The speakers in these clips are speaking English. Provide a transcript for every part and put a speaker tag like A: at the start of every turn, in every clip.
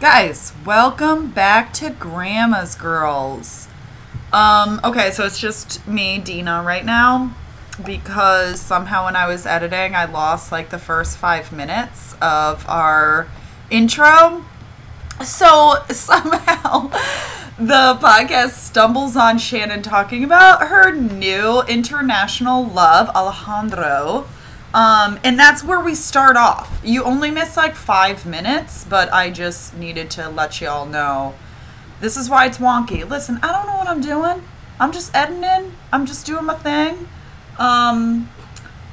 A: Guys, welcome back to Grandma's Girls. Um, okay, so it's just me, Dina, right now because somehow when I was editing, I lost like the first five minutes of our intro. So somehow the podcast stumbles on Shannon talking about her new international love, Alejandro. Um, and that's where we start off. You only miss like five minutes, but I just needed to let you all know this is why it's wonky. Listen, I don't know what I'm doing. I'm just editing, I'm just doing my thing. Um,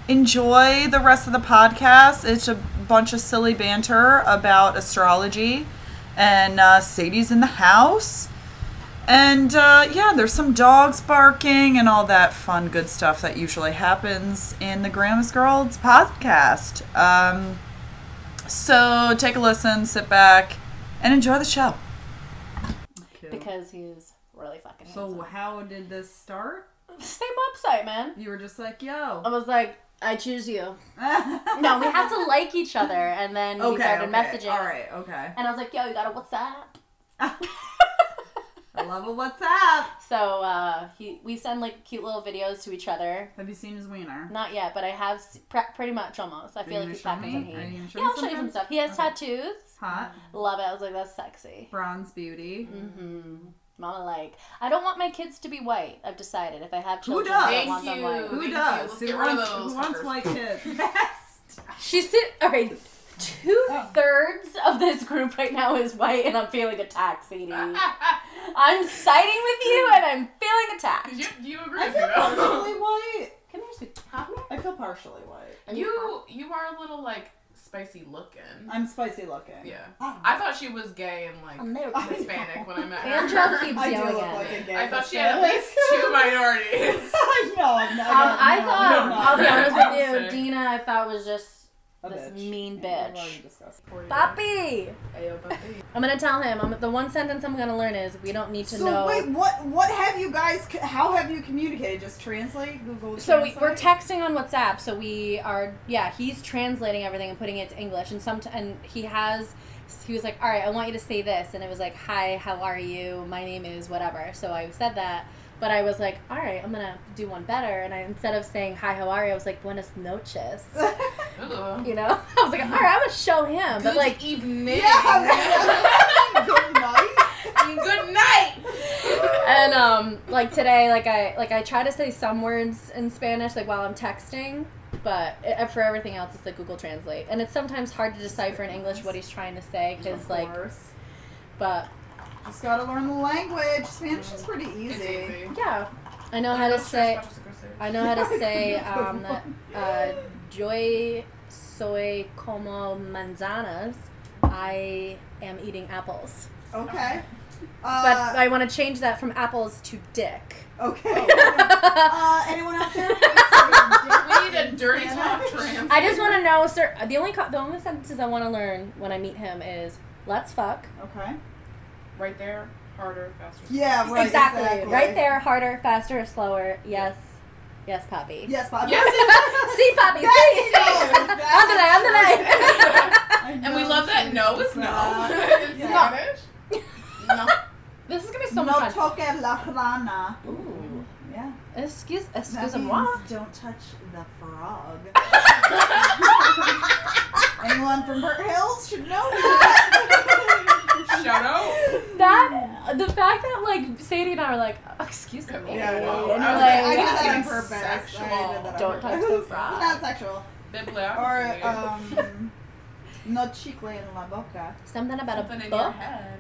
A: enjoy the rest of the podcast. It's a bunch of silly banter about astrology, and uh, Sadie's in the house. And uh, yeah, there's some dogs barking and all that fun, good stuff that usually happens in the Grandma's Girls podcast. Um, so take a listen, sit back, and enjoy the show.
B: because he's really fucking
C: So
B: handsome.
C: how did this start?
B: Same website, man.
C: You were just like, yo.
B: I was like, I choose you. No, we had to like each other, and then we started messaging.
C: All right, okay.
B: And I was like, Yo, you got a WhatsApp?
C: I love a what's up.
B: So uh, he, we send like cute little videos to each other.
C: Have you seen his wiener?
B: Not yet, but I have s- pre- pretty much almost. I feel
C: you
B: like
C: gonna show me?
B: he's packing some heat.
C: Are you gonna show
B: Yeah,
C: me
B: I'll show you some
C: sometimes?
B: stuff. He has tattoos.
C: Hot,
B: Love it. I was like, that's sexy.
C: bronze beauty.
B: Mm-hmm. Mama, like, I don't want my kids to be white. I've decided if I have
C: Who
B: children, I
C: does?
B: don't want them white.
C: Who
D: Thank you.
C: does?
D: Let's get
C: Who
D: rid of
C: wants,
D: those
C: who wants
D: fuckers.
C: white kids? Best.
B: She's sit. All right, two thirds of this group right now is white, and I'm feeling attacked, Sadie. I'm siding with you, and I'm feeling attacked.
D: Did you, do you agree
C: I
D: with
C: feel
D: me?
C: partially white.
B: Come here, sweet.
C: I feel partially white.
B: Are
D: you you are a little like spicy looking.
C: I'm spicy looking.
D: Yeah. I thought she was gay and like
B: American.
D: Hispanic when I met
B: Angela
D: her.
B: keeps
C: I do
B: yelling
C: look
B: at
C: like
B: me.
C: a gay.
D: I thought she had at least two minorities.
C: no, I'm not.
B: Um, I thought,
D: no,
B: I'll be honest
D: I'm
B: with you,
D: sick.
B: Dina, I thought was just
C: A
B: this
C: bitch.
B: mean
C: We've already
B: bitch.
C: discussed.
B: Papi!
D: Ayo, papi.
B: I'm gonna tell him, I'm, the one sentence I'm gonna learn is we don't need to
C: So
B: know.
C: wait, what? What have you guys? c- How have you communicated? Just translate Google.
B: So we, we're
C: Translate?
B: texting on WhatsApp. So we are, yeah. He's translating everything and putting it to English. And some, and he has, he was like, "All right, I want you to say this." And it was like, "Hi, how are you? My name is whatever." So I said that, but I was like, "All right, I'm gonna do one better." And I instead of saying "Hi, how are you," I was like, "Buenas noches."
D: Ugh.
B: You know, I was like, "All right, I'm gonna show him." But
D: Good
B: like,
D: evening.
C: Yeah. Good night.
D: Good night.
B: and um, like today, like I like I try to say some words in Spanish like while I'm texting, but i for everything else, it's like Google Translate, and it's sometimes hard to decipher in English what he's trying to say because
C: Of
B: like,
C: course.
B: but
C: just gotta learn the language. Spanish is pretty easy.
D: It's easy.
B: yeah, I know how to say I know how to say um that uh, joy soy como manzanas. I am eating apples,
C: Okay.
B: but
C: Uh,
B: I want to change that from apples to dick.
C: okay.
B: I
C: uh, anyone out there? we
D: We need a dirty talk trans.
B: just want to know, sir. The only co- the only sentences I want to learn when I meet him is "let's fuck."
C: Okay.
D: Right there, harder, faster.
C: Yeah. Right.
B: exactly.
C: Exactly.
B: Right there, harder, faster, slower. Yes. Yes, Poppy.
C: Yes, Bob.
D: Yes,
B: See, Poppy.
C: Yes,
B: see?
C: yes, yes.
B: Under there, under there.
C: I
D: And we
C: know
D: love that
C: she
D: no
C: was
D: is no.
C: that.
D: It's
C: Yeah.
D: not. No.
B: This is gonna be
C: No
B: so much fun.
C: toque la rana.
B: Ooh.
C: Yeah.
B: Excuse,
C: That
B: excuse
C: means
B: moi.
C: Don't touch the frog. Anyone from Burt Hills should know that.
D: Shout out.
B: That the fact that like Sadie and I were like, "Oh, excuse me,
D: Yeah,
C: yeah, yeah.
B: and
D: I
B: we're
D: was
B: like,
C: I
D: like,
C: did that on
D: getting
C: purpose.
D: sexual.
C: I did that on
B: Don't touch the
C: purpose.
B: frog.
C: Not sexual. Or
D: Bibliography.
C: um, no chicle en la boca.
B: something about
D: Something
B: a
D: in your
B: book.
D: head.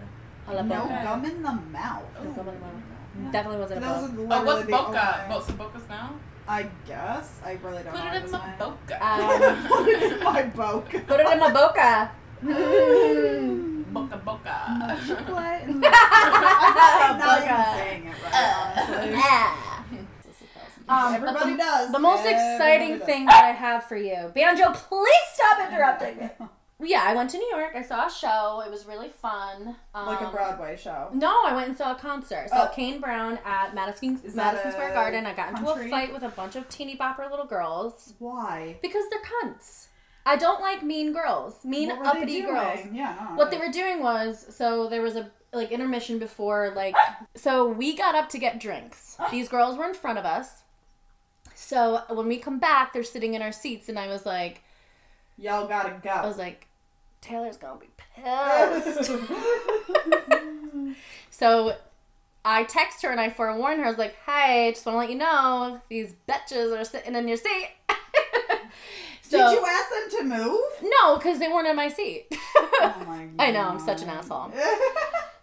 B: A la
C: No
B: boca.
C: gum in the mouth.
B: No gum in the mouth.
C: Yeah.
B: Definitely wasn't a
C: That was
B: book.
C: literally
D: Oh, what's
C: the
D: boca?
C: only-
D: Bo- some bocas now?
C: I guess I really don't
D: Put
C: know.
D: it in
C: this
D: my
C: one.
D: boca.
B: Um,
C: Put it in my boca.
B: Put it in my boca.
D: boca
C: No
B: Oh,
D: boca.
C: chocolate in the- I'm not even
B: Boca.
C: saying it right. honestly.
B: Yeah. Um, but
C: Uh, Everybody
B: the-
C: does.
B: The most exciting
C: Everybody
B: thing that I have for you, Banjo, please stop interrupting me.
C: does.
B: Yeah, I went to New York. I saw a show. It was really fun. Um,
C: Like a Broadway show.
B: No, I went and saw a concert. Saw
C: Oh.
B: Kane Brown at Madison
C: Is that
B: Madison
C: a
B: Square Garden. I got into a
C: country?
B: fight with a bunch of teeny bopper little girls
C: Why?
B: because they're cunts. I don't like mean girls, mean
C: What were they
B: uppity
C: doing?
B: girls.
C: Yeah.
B: What they were doing was so there was a like intermission before like so we got up to get drinks. These girls were in front of us. So when we come back, they're sitting in our seats, and I was like,
C: Y'all gotta go.
B: I was like, Taylor's gonna be pissed. so I text her and I forewarn her. I was like, hey, just want to let you know these bitches are sitting in your seat. so
C: Did you ask them to move?
B: no, because they weren't in my seat.
C: Oh my god.
B: I know I'm such an asshole.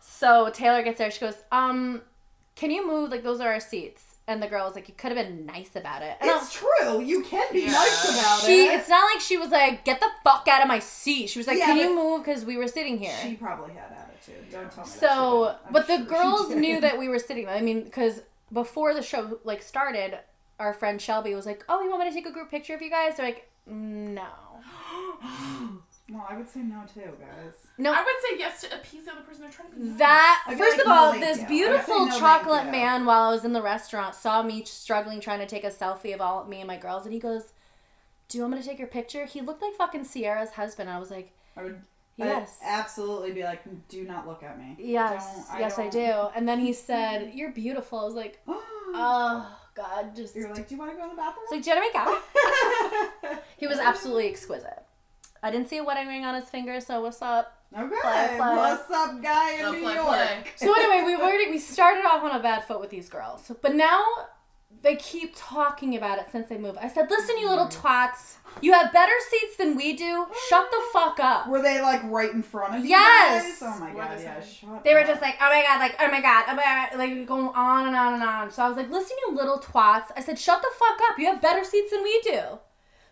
B: So Taylor gets there. She goes, um, can you move? Like those are our seats. And the girl was like, you could have been nice about it. And I
C: it's true. You can be
A: Yeah.
C: nice about
B: she,
C: it.
B: it's not like she was like, get the fuck out of my seat. She was like,
C: Yeah,
B: can
C: but-
B: you move? Because we were sitting here.
C: She probably had attitude. Don't tell me. that she
B: So,
C: didn't. I'm
B: but the
C: sure she
B: girls
C: did.
B: knew that we were sitting. there. I mean, because before the show like started, our friend Shelby was like, "Oh, you want me to take a group picture of you guys?" They're like, "No,
C: Well, I would say no too, guys.
B: no."
D: I would say yes to appease the other person they're trying to be nice.
B: That
C: I'd be
B: first
C: like,
B: of
C: "No,
B: all,
C: thank
B: this
C: you." I'd say,
B: beautiful
C: "No, thank
B: chocolate
C: you."
B: man, while I was in the restaurant, saw me struggling trying to take a selfie of all me and my girls, and he goes, "Do you want me to take your picture?" He looked like fucking Sierra's husband. I was like,
C: I would I'd
B: "Yes."
C: absolutely be like, do not look at me.
B: Yes,
C: Don't- I
B: yes, I
C: don't-
B: do. And then he said, "You're beautiful." I was like, "Oh God, just
C: You're like, do you want to go to the bathroom?
B: It's like, do you want to make out? He was absolutely exquisite. I didn't see a wedding ring on his finger, so what's up?
C: okay.
B: play, play.
C: What's up, guy in
D: Play,
C: New
D: play,
C: York?
D: play.
B: So anyway, we already we started off on a bad foot with these girls, but now they keep talking about it since they moved. I said, "Listen, you little twats, you have better seats than we do. Shut the fuck up."
C: Were they like right in front of you?
B: Yes!
C: Guys? Oh my
D: Were
C: god,
D: they
C: yeah,
D: saying-
C: shut
B: They were
C: up.
B: just like, "Oh my god, like, oh my god, oh my god," like going on and on and on. So I was like, "Listen, you little twats," I said, "Shut the fuck up. You have better seats than we do."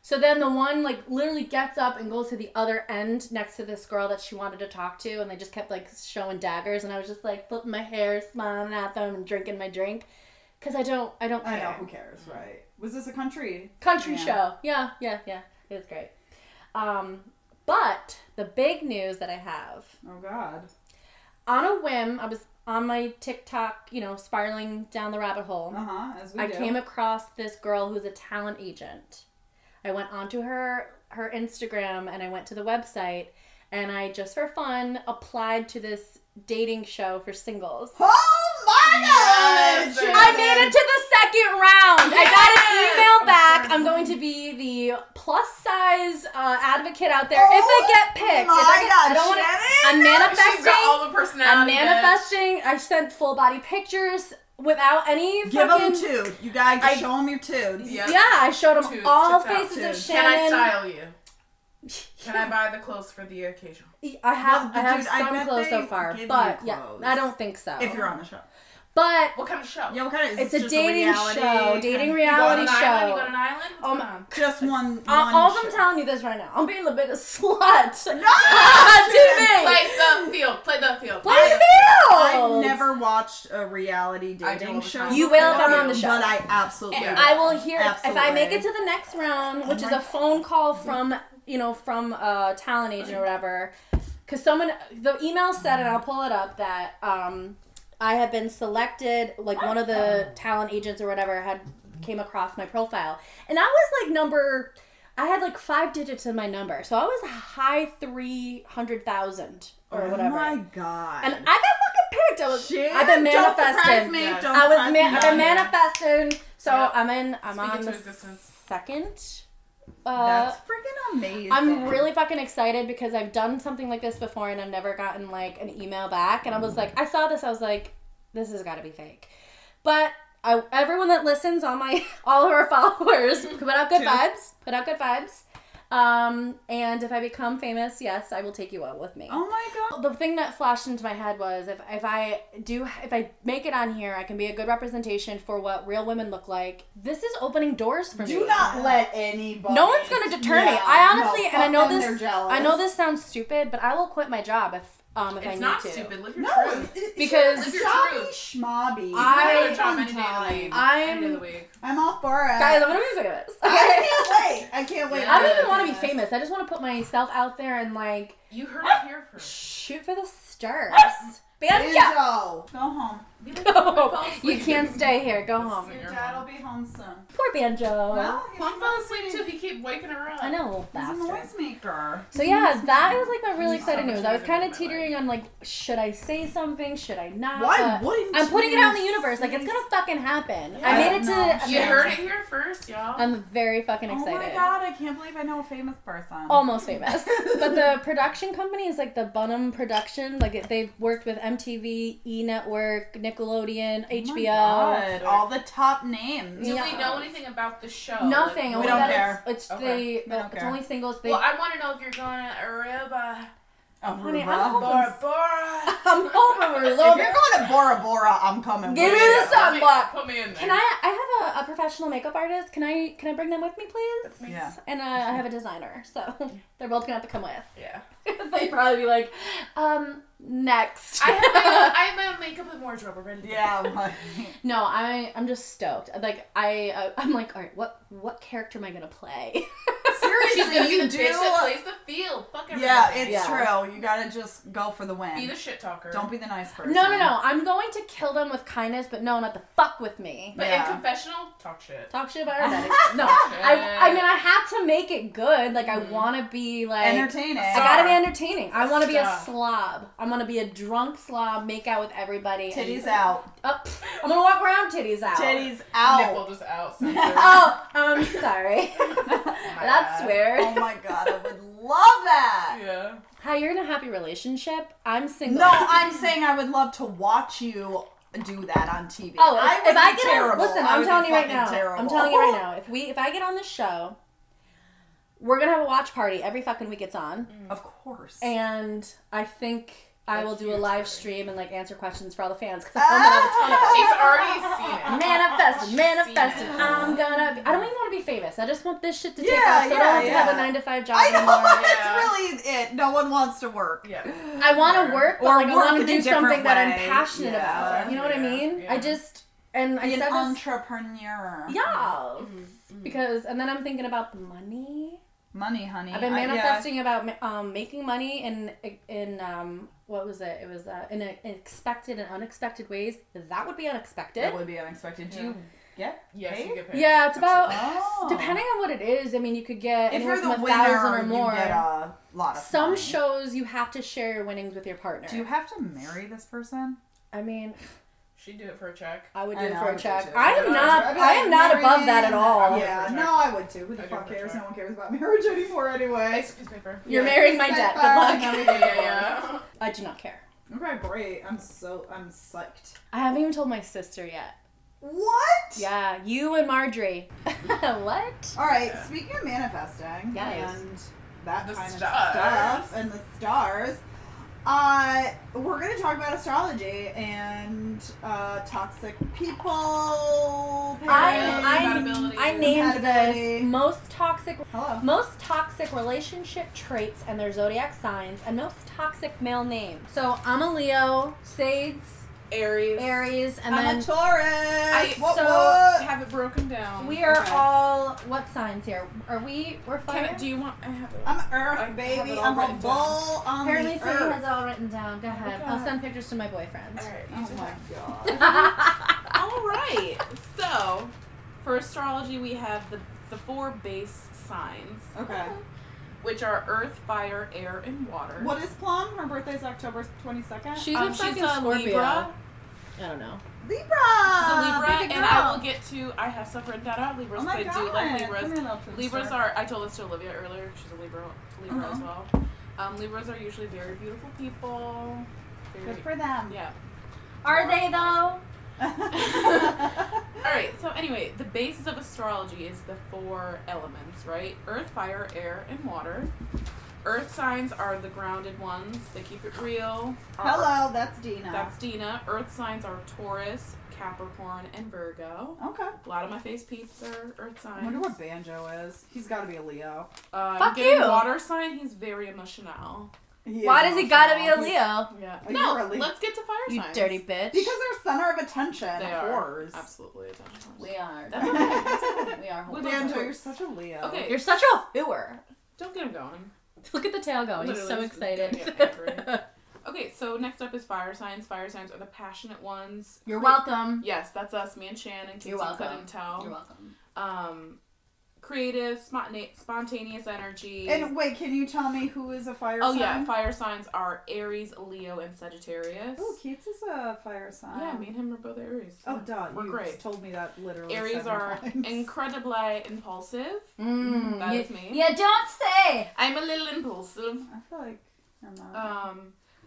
B: So then the one like literally gets up and goes to the other end next to this girl that she wanted to talk to, and they just kept like showing daggers, and I was just like flipping my hair, smiling at them, and drinking my drink, cause I don't, I don't care.
C: I know, who cares, right? Was this a country?
B: Country
C: Yeah.
B: show, yeah, yeah, yeah, it was great. Um, but the big news that I have
C: Oh god.
B: on a whim, I was on my TikTok, you know, spiraling down the rabbit hole.
C: Uh huh. As we
B: I
C: do.
B: came across this girl who's a talent agent. I went onto her her Instagram and I went to the website and I just for fun applied to this dating show for singles.
C: Oh my
D: Yes,
C: god!
B: I made it to the second round. I got an
D: Yes!
B: email back. I'm going to be the plus size uh, advocate out there if I
C: Oh
B: get picked.
C: My
B: if I, get,
C: god,
B: I don't want to.
C: Shannon!
B: I'm manifesting.
D: She's got all the personality.
B: I'm
D: bitch.
B: manifesting. I sent full body pictures without any
C: Give
B: fucking.
C: them two. You guys
B: I-
C: show them your two.
D: Yeah.
B: Yeah, I showed them
D: Tubes,
B: all
D: tits out,
B: faces of
C: tubes.
B: Shannon.
D: Can I style you? Can I buy the clothes for the occasion?
B: I have
C: Well,
B: I have
C: dude, I
B: some
C: bet
B: clothes so
C: they
B: far,
C: give you
B: but yeah,
C: clothes.
B: I don't think so.
C: If you're on the show.
B: but
D: What kind of show?
C: Yeah, what kind of? Is
B: it's
C: this
B: a
C: just
B: dating
C: reality
B: show,
C: kind
B: dating
C: of-
D: You go on
B: reality
D: an island. You go on an
B: show.
D: island. What's
B: Um,
D: going on?
C: Just one. one
B: All, all
C: show.
B: I'm telling you this right now, I'm being the biggest slut Ah,
C: No,
B: on
C: Shannon,
B: TV.
D: Play the field. Play the field.
B: Play the
C: I've
B: field.
C: never watched a reality
D: I do all
C: dating
D: the
C: show.
D: time.
B: You will if I'm on the show.
C: But I absolutely.
B: And I will hear if I
C: Absolutely.
B: make it to the next round, which
C: Oh
B: is
C: my-
B: a phone call from you know from a talent agent or whatever. Because someone the email said, and I'll pull it up that um, I have been selected. Like one of the talent agents or whatever had came across my profile, and I was like number. I had like five digits in my number, so I was high three hundred thousand or
C: oh
B: whatever.
C: my god.
B: And I got fucking picked. I was.
C: Shit,
B: I've been
C: don't surprise
B: manifesting.
C: me,
D: Yes.
C: don't
B: I was
C: surprise
B: man-
C: me.
B: I've been
D: Yeah.
B: manifesting. So
D: Yeah.
B: I'm in. I'm
D: Speak
B: on
D: into
B: the
D: existence.
B: second. Uh,
C: That's freaking amazing.
B: I'm really fucking excited because I've done something like this before and I've never gotten like an email back. And I was like, I saw this. I was like, this has got to be fake. But I, everyone that listens, all my all of our followers, put out good
C: Two.
B: vibes. Put out good vibes. Um, and if I become famous, yes, I will take you out with me
C: Oh my god.
B: the thing that flashed into my head was if, if I do if I make it on here, I can be a good representation for what real women look like. This is opening doors for me.
C: Do not let anybody.
B: No one's gonna deter me.
C: Yeah,
B: I honestly,
C: no,
B: and I
C: fuck
B: know
C: them, they're
B: this.
C: jealous.
B: I know this sounds stupid, but I will quit my job if um if I
D: It's
B: need
D: not
B: to.
D: stupid. Live your
C: No,
D: truth.
C: it- it-
B: Because-
C: it's
D: Live your
C: snobby schmobby.
D: truth.
B: I-
D: I
C: I'm
D: have a job any day of the
C: tired.
D: week.
B: I'm-
D: Any day of the week.
C: I'm all for it.
B: Guys, I'm gonna be famous.
C: I can't wait. I can't wait.
B: I don't
D: Yeah.
B: even want to be famous. I just want to put myself out there and like
D: You heard it here first.
B: shoot for the stars. Banjo.
C: Go home.
B: Go. You can't stay here. Go home.
C: Your dad will be home soon.
B: Poor Banjo.
C: Well, he's
D: Mom fell
C: not
D: asleep too.
C: sleeping.
D: He kept waking her up.
B: I know,
C: He's
B: little
C: a
B: bastard.
C: noisemaker.
B: So yeah,
C: Mm-hmm.
B: that was like my really
D: So
B: exciting
D: much
B: news. I was
D: better
B: kind of
D: than my
B: teetering on like, should I say something? Should I not?
C: Why
B: But
C: wouldn't
B: uh, I'm putting it out in the
C: you
B: universe. Like it's
C: say
B: gonna fucking happen.
C: Yeah,
B: I
C: I
B: made it
C: don't know.
B: to.
D: You
B: Amanda.
D: heard it here first, y'all.
B: I'm very fucking
C: Oh my
B: excited. Oh,
C: god, I can't believe I know a famous person. Oh
B: Almost famous, but the production company is like the Bunham Production. Like it- they've worked with MTV, E Network, Nickelodeon,
C: Oh my
B: HBO.
C: God, All the top names.
D: Do
B: Yeah.
D: we know anything about the show?
B: Nothing.
D: Like,
B: only
C: don't
B: that
C: care.
B: It's, it's
D: Okay.
B: the.
C: We don't
B: it's
C: care.
B: only singles. They,
D: well, I want to know if you're going to Aruba,
C: Oh,
B: I mean, I
C: Bora
B: don't know.
D: Bora Bora.
B: I'm over a
C: Bora.
B: little
C: If you're going to Bora Bora, I'm coming.
B: Give
C: with
B: me
C: you.
B: the sun. Sunblock.
D: Put me in there.
B: Can I? I have a, a professional makeup artist. Can I? Can I bring them with me, please?
C: Yeah.
B: And uh, I have a designer, so they're both gonna have to come with.
D: Yeah.
B: They'd probably be like, um, next.
D: I have, my own, I have my own makeup and wardrobe. We're ready to go.
C: Yeah. I'm like-
B: no, I I'm just stoked. Like I uh, I'm like, all right, what what character am I gonna play?
D: She's gonna
C: Seriously,
D: be
C: you
D: the bitch that
C: do.
D: plays the field. Fuck everybody.
C: Yeah, it's
B: Yeah.
C: true. You gotta just go for the win.
D: Be the shit talker.
C: Don't be the nice person.
B: no, no, no. I'm going to kill them with kindness, but no, not the fuck with me.
D: But
C: Yeah.
D: in confessional, talk shit.
B: Talk shit about everybody. No, I I mean I have to make it good. Like I want to be like
C: Entertaining.
B: I gotta be entertaining. I want to be a
D: Stop.
B: slob. I want to be a drunk slob. Make out with everybody. and-
C: Titties out.
B: Oh, pff, I'm gonna walk around titties out.
C: Titties out.
D: Nipple just out.
B: Oh,
C: um,
B: I'm sorry. That's
D: bad.
B: weird.
C: Oh my god, I would love that.
D: yeah.
B: Hi, you're in a happy relationship. I'm single.
C: No, I'm saying I would love to watch you do that on TV.
B: Oh, if
C: I
B: I,
C: would
B: if I
C: be
B: get on,
C: terrible.
B: listen,
C: I
B: I'm
C: would
B: telling
C: be
B: you right
C: fucking
B: now. I'm
C: terrible.
B: telling you right now. If we, if I get on this show, we're gonna have a watch party every fucking week it's on,
C: Of course.
B: and I think I
D: That's
B: will do a
D: huge
B: live
D: party.
B: stream and like answer questions for all the fans. 'cause I'm gonna have a ton of
C: Ah!
D: She's already seen it.
B: Manifesting, manifesting.
D: Seen it.
B: I'm gonna. Be, I don't even want to be famous. I just want this shit to take
C: Yeah,
B: off. So I don't
C: yeah,
B: have to have a
C: yeah.
B: nine to five job
C: I know
B: anymore.
D: Yeah.
C: that's really it. No one wants to work.
D: Yeah.
B: I want to work, but
C: Or
B: like I
C: work
B: want
C: in
B: to
C: a
B: do
C: different
B: something that I'm
C: way.
B: passionate
C: Yeah.
B: about. You know what I
D: Yeah,
B: mean?
D: yeah.
B: I just and I
C: Be an
B: said this.
C: entrepreneur.
B: Yeah,
D: Mm-hmm.
B: because and then I'm thinking about the money.
C: Money, honey.
B: I've been
C: Mm, I- yeah.
B: manifesting about ma- um, making money in in um, what was it? It was uh, in, a, in expected and unexpected ways. That would be unexpected.
C: That would be unexpected. Do you get
D: Yes,
C: paid?
D: you get paid.
B: yeah, it's about
C: Oh.
B: depending on what it is. I mean, you could get
C: If
B: anywhere
C: you're
B: from
C: the
B: a
C: winner,
B: thousand or
C: you get
B: more.
C: a lot of
B: Some
C: money.
B: shows you have to share your winnings with your partner.
C: Do you have to marry this person?
B: I mean,
D: She'd do it for a check.
B: I would do
C: I
B: it
C: know,
B: for
C: I
B: a
C: would do
B: check.
C: too.
B: I am not.
C: I'd be
B: Uh, I
C: like,
B: am not above
C: marrying-
B: that at all.
D: Yeah.
C: Yeah, no, I would too. Who the
D: I do
C: fuck
D: for
C: cares?
D: sure.
C: No one cares about marriage anymore anyway.
D: Nice piece of paper.
B: You're
C: Yeah.
B: marrying my debt. Good luck.
C: Yeah,
D: Yeah, yeah.
B: I do not care.
C: Okay, great. I'm so I'm psyched.
B: I haven't even told my sister yet.
C: What?
B: Yeah, you and Marjorie. what?
C: All right.
D: Yeah.
C: Speaking of manifesting
B: Yes.
C: and that
D: The
C: kind
D: stars.
C: of stuff and the stars, uh, we're gonna talk about astrology and uh, toxic people. parents.
B: I
D: Compatibility.
B: I, I named
C: Compatibility.
B: this most toxic
C: Hello.
B: most toxic relationship traits and their zodiac signs and most toxic male name. So I'm a Leo, Sades,
D: Aries.
B: Aries, and
C: I'm a
B: then
C: Taurus. I, what,
B: so-
C: what?
D: Have it broken down.
B: we are
C: Okay.
B: all what signs here? Are we? We're fire.
D: Can, do you want? I have it.
C: I'm
D: I
C: Earth,
D: have
C: baby.
D: it all
C: I'm a
D: written
C: bull on
B: Apparently,
C: the
B: Sadie
C: earth.
B: has it all written down. Go ahead.
D: Okay.
B: I'll send pictures to my boyfriend.
D: All right.
C: Oh my god.
D: All right. So, for astrology, we have the the four base signs,
C: Okay.
D: which are earth, fire, air, and water.
C: What is Plum? Her birthday's October 22nd.
B: She's
D: Um,
B: a
D: she's
B: fucking
D: a
B: Scorpio.
D: Libra.
B: I don't know.
C: Libra.
D: She's a Libra,
C: Big
D: and I
C: girl.
D: will get to. I have stuff written down on Libras.
C: Oh my god.
D: 'cause I do like Libras.
C: Come here, little poopster.
D: Libras are. I told this to Olivia earlier. She's a Libra. Libra as
C: Uh-huh.
D: well. Um, Libras are usually very beautiful people.
C: Good
D: Very,
C: for them.
D: yeah.
B: Are they though?
D: All right. So anyway, the basis of astrology is the four elements, right? Earth, fire, air, and water. Earth signs are the grounded ones. They keep it real. Our-
C: Hello, that's Dina.
D: That's Dina. Earth signs are Taurus, Capricorn, and Virgo.
C: okay.
D: A lot of my face peeps are earth
C: I
D: signs.
C: wonder what Banjo is. He's got to be a Leo.
D: Uh,
B: Fuck
D: getting
B: you.
D: Water sign. He's very emotional.
C: He
B: Why
C: is
B: does he gotta be a
C: emotional.
B: Leo?
D: Yeah.
C: Oh,
D: No.
C: you're a Leo.
D: Let's get to fire
B: You
D: signs.
B: dirty bitch.
C: Because they're center of attention.
D: They
C: of
D: are
C: course.
D: absolutely. attention whores.
B: we are.
D: That's okay.
B: we are.
D: We love
C: Banjo,
D: her.
C: you're such a Leo.
D: Okay.
B: You're such a hooer.
D: Don't get him going.
B: Look at the tail go. He's
D: Literally,
B: so
D: he's gonna
B: excited.
D: get angry. Okay, so next up is fire signs. Fire signs are the passionate ones.
B: You're
D: Cre-
B: welcome.
D: Yes, that's us, me and Shan, in case
B: You're
D: you
B: welcome.
D: couldn't tell.
B: You're welcome.
D: Um, creative, spontane- spontaneous energy.
C: And wait, can you tell me who is a fire
D: oh
C: sign?
D: yeah, fire signs are Aries, Leo, and Sagittarius.
C: Oh, Keats is a fire sign.
D: yeah, me and him are both Aries.
C: Oh, duh.
D: We're
C: you
D: great.
C: told me that literally.
D: Aries
C: seven
D: are
C: times.
D: incredibly impulsive.
B: Mm,
D: That
B: you,
D: is me.
B: You don't say.
D: I'm a little impulsive.
C: I feel like I'm not.
D: Um,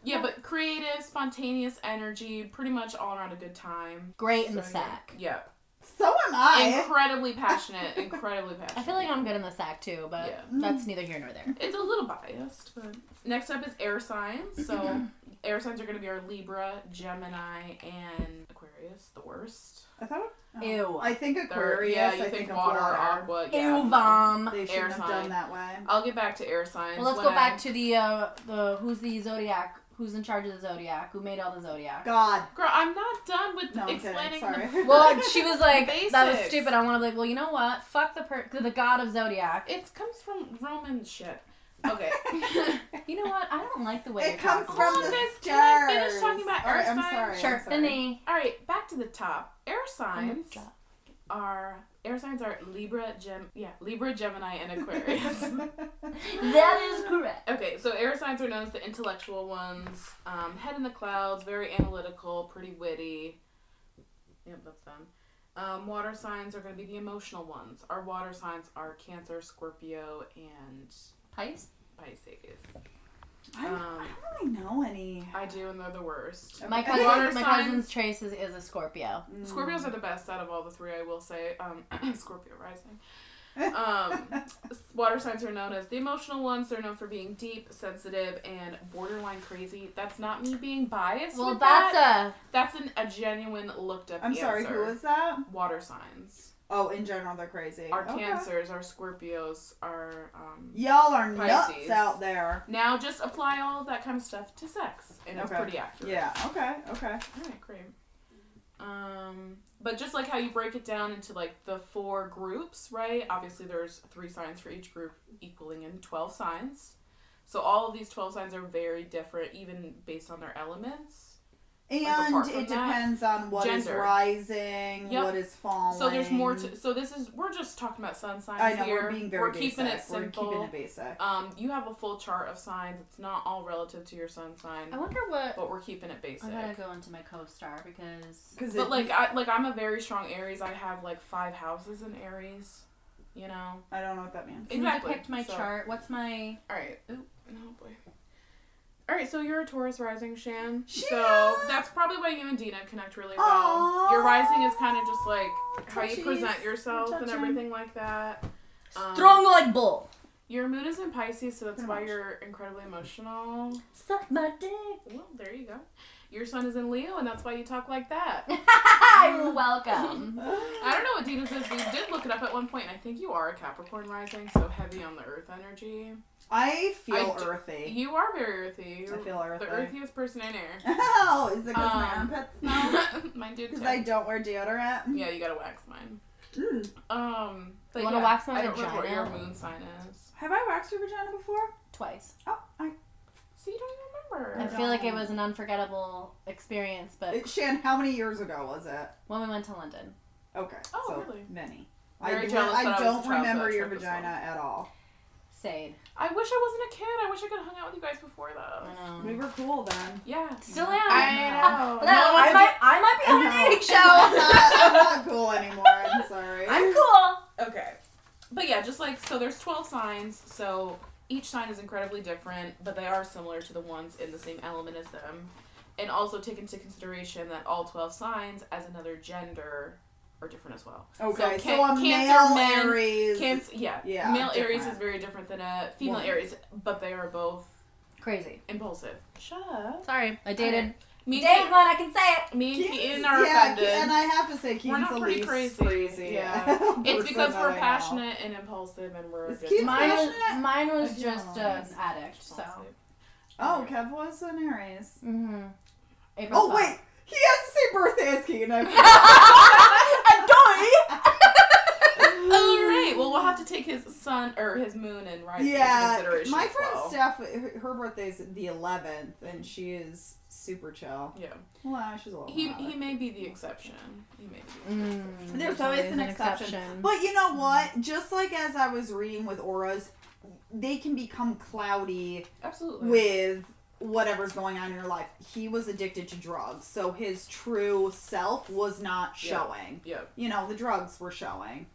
D: yeah, but creative, spontaneous energy, pretty much all around a good time.
B: Great in
D: So,
B: the sack.
D: Yeah. Yep.
C: so am I.
D: incredibly passionate. Incredibly passionate.
B: I feel like I'm good in the sack too, but
D: Yeah.
B: that's neither here nor there.
D: it's a little biased, but next up is air signs. So air signs are gonna be our Libra, Gemini, and Aquarius, the worst.
C: I thought. Of, oh.
B: Ew.
C: I think
D: They're-
C: Aquarius.
D: yeah, you
C: I
D: think, water,
C: of
D: aqua, yeah.
B: Ew, vom.
C: They
D: air
C: shouldn't have
D: sign. Uh,
C: done that way.
D: I'll get back to air signs.
B: Well, let's
D: when
B: go
D: I-
B: back to the uh, the who's the zodiac? Who's in charge of the zodiac? Who made all the zodiac?
C: God.
D: Girl, I'm not done with
C: No, I'm kidding.
D: explaining.
C: Sorry.
D: The-
B: Well, she was like, that was
D: Basics.
B: stupid. I want to be like, well, you know what? Fuck the per- the god of zodiac.
D: it comes from Roman shit. Okay.
B: You know what? I don't like the way
C: It
B: you're
C: comes
B: talking.
C: from
D: on,
C: the
D: miss. Can I
C: stars.
D: finish talking about
C: All right,
D: air
C: I'm
D: signs?
C: sorry.
B: Sure, Oh
C: I'm sorry.
B: Finny.
D: All right, back to the top. Air
B: I'm gonna
D: signs
B: drop.
D: are air signs are Libra, Gem, yeah, Libra, Gemini, and Aquarius.
B: That is correct.
D: okay, so air signs are known as the intellectual ones. Um, head in the clouds, very analytical, pretty witty. Yep, that's them. Um, water signs are going to be the emotional ones. Our water signs are Cancer, Scorpio, and
B: Pisces.
D: Pisces.
C: I, don't, I
D: Um,
C: don't really know any.
D: I do, and they're the worst.
B: My
C: Okay.
B: cousin,
D: Water
B: my
D: signs-
B: cousin's Trace is, is a Scorpio.
C: Hmm.
D: Scorpios are the best out of all the three, I will say. Um, Scorpio rising. Um, water signs are known as the emotional ones. They're known for being deep, sensitive, and borderline crazy. That's not me being biased.
B: Well,
D: with
B: that's
D: that.
B: a
D: that's an, a genuine looked up.
C: I'm sorry.
D: answer.
C: Who is that?
D: water signs?
C: Oh, in general, they're crazy.
D: Our
C: Okay.
D: cancers, our Scorpios, our um.
C: Y'all are nuts
D: Pisces.
C: out there.
D: Now just apply all of that kind of stuff to sex, and it's
C: Okay.
D: pretty accurate.
C: Yeah. Okay. Okay.
D: Alright, great. Um, but just like how you break it down into like the four groups, right? Obviously, there's three signs for each group, equaling in twelve signs. So all of these twelve signs are very different, even based on their elements.
C: And
D: apart from
C: it
D: that,
C: depends on what is
D: gender.
C: rising,
D: Yep.
C: what is falling.
D: So there's more. To, so this is we're just talking about sun signs
C: I know
D: here.
C: we're being very
D: We're
C: basic.
D: keeping it simple.
C: We're keeping it basic.
D: um, you have a full chart of signs. It's not all relative to your sun sign,
B: I wonder what.
D: but we're keeping it basic.
B: I gotta go into my co-star because
C: Because
D: But like, I like I'm a very strong Aries. I have like five houses in Aries. You know.
C: I don't know what that means.
B: I need to
D: Exactly,
B: pick my
D: so-
B: chart. What's my?
D: All right.
B: Ooh.
D: Oh boy. All right, so you're a Taurus rising, Shan. So
C: Shan!
D: that's probably why you and Dina connect really well.
C: Aw.
D: Your rising is kind of just like how you
C: Touchies.
D: present yourself and
C: Touching.
D: everything like that. Um,
B: like bull.
D: Your mood is in Pisces, so that's
C: Pretty
D: why
C: much.
D: you're incredibly emotional.
B: Suck my dick.
D: Well, there you go. Your sun is in Leo, and that's why you talk like that.
B: You're welcome.
D: I don't know what Dina's is. We did look it up at one point, and I think you are a Capricorn rising, so heavy on the earth energy.
C: I feel
D: I d-
C: earthy.
D: You are very earthy.
C: I
D: You're
C: feel
D: the
C: earthy.
D: earthiest person in air.
C: Oh, is it because my
D: Um,
C: armpits smell?
D: Mine did
C: Because
D: too.
C: I don't wear deodorant.
D: yeah, you gotta wax mine.
C: Mm.
D: Um, but
B: wanna
D: yeah,
B: wax my
D: I don't remember what
B: vagina?
D: your moon sign is.
C: Have I waxed your vagina before?
B: Twice.
C: Oh, I.
D: So you don't even
B: I
D: remember.
C: I've-
B: feel like it was an unforgettable experience, but
C: It, Shan, how many years ago was it?
B: when we went to London,
C: Okay.
D: Oh,
C: so
D: really?
C: Many.
D: Very
C: I,
D: jealous
C: I
D: that I was a
C: don't
D: child
C: remember
D: that
C: your
D: trip as
C: vagina at all.
B: Sade.
D: I wish I wasn't a kid. I wish I could have hung out with you guys before though.
B: I know.
C: Oh, We were cool then.
D: Yeah.
B: Um, Still am.
D: I know.
B: But that
C: No,
B: was
C: I
B: my-
C: don't-
B: I might be on
C: No.
B: an
C: I'm
B: eggshell.
C: not, I'm not cool anymore. I'm sorry.
B: I'm cool.
D: Okay. But yeah, just like so, there's twelve signs. So each sign is incredibly different, but they are similar to the ones in the same element as them. And also take into consideration that all twelve signs, as another gender, are different as well.
C: okay, so,
D: can-
C: a
D: Cancer
C: male
D: men
C: Aries.
D: Cancer, yeah,
C: Yeah,
D: Male Aries
C: different.
D: is very different than a female
C: Woman.
D: Aries, but they are both
B: Crazy.
D: impulsive. Shut up.
B: Sorry, I dated.
D: Me, and
B: Dated one. I can say it.
D: Ke- me and
C: Keaton's-
D: Keaton are
C: yeah, Ke-
D: offended.
C: and I have to say, Keaton's
D: not
C: the
D: pretty
C: least
D: crazy.
C: crazy,
D: Yeah.
C: person
D: it's because
C: that
D: we're
C: I know.
D: passionate and impulsive, and we're
C: Is
D: good
C: Keaton
D: times.
B: Mine was,
C: passionate?
B: mine was
C: I
B: just an
C: realize.
B: addict. So.
C: Oh, Kev was an Aries.
B: Mm-hmm.
C: Oh wait, he has the same birthday as Keaton. I
B: a doy.
C: Um,
D: All Wait, Oh, well, we'll have to take his sun or his moon and rising into
C: yeah,
D: consideration.
C: my
D: as
C: friend
D: well.
C: Steph, her, her birthday's the 11th, and she is super chill.
D: Yeah,
C: Well, she's a little.
D: he
C: neurotic.
D: he may be the exception. He may be.
B: Mm,
C: There's always an exception. But you know what? Just like as I was reading with auras, they can become cloudy
D: Absolutely.
C: with whatever's going on in your life. He was addicted to drugs, so his true self was not
D: Yeah.
C: showing.
D: Yeah.
C: You know, the drugs were showing.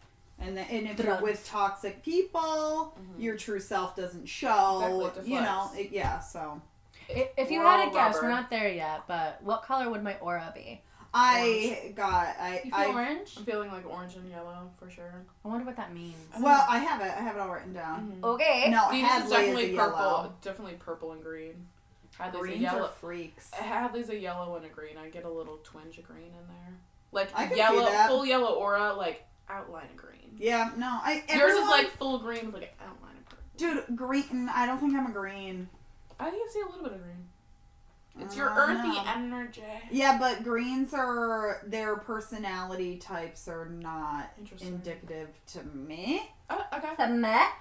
C: And, the, and if
B: Drugs.
C: you're with toxic people,
D: Mhm.
C: your true self doesn't show.
D: Exactly, it
C: you know,
D: deflects.
C: it, yeah. So
B: I- If you
D: We're
B: had
D: all
B: a guess,
D: rubber.
B: we're not there yet, but what color would my aura be?
C: I got I
B: You feel
C: I
B: orange?
D: I'm feeling like orange and yellow for sure.
B: I wonder what that means.
C: well I have it I have it all written down.
D: Mhm.
B: Okay.
C: No,
D: Venus is
C: Hadley
D: definitely
C: is a
D: purple.
C: yellow.
D: Definitely purple and green. Hadley's
C: Greens
D: a yellow. Eh.
C: are freaks.
D: Hadley's a yellow and a green. I get a little twinge of green in there, like
C: I can see
D: yellow,
C: that.
D: full yellow aura, like outline of green.
C: Yeah, no, I.
D: Yours is
C: everyone-
D: like full green with like an outline of purple.
C: dude, green. I don't think I'm a green.
D: I think I see a little bit of green. It's
C: I
D: your
C: don't
D: earthy
C: know.
D: energy.
C: Yeah, but greens are their personality types are not
D: Interesting.
C: indicative to me.
D: Oh, okay.
B: The Met?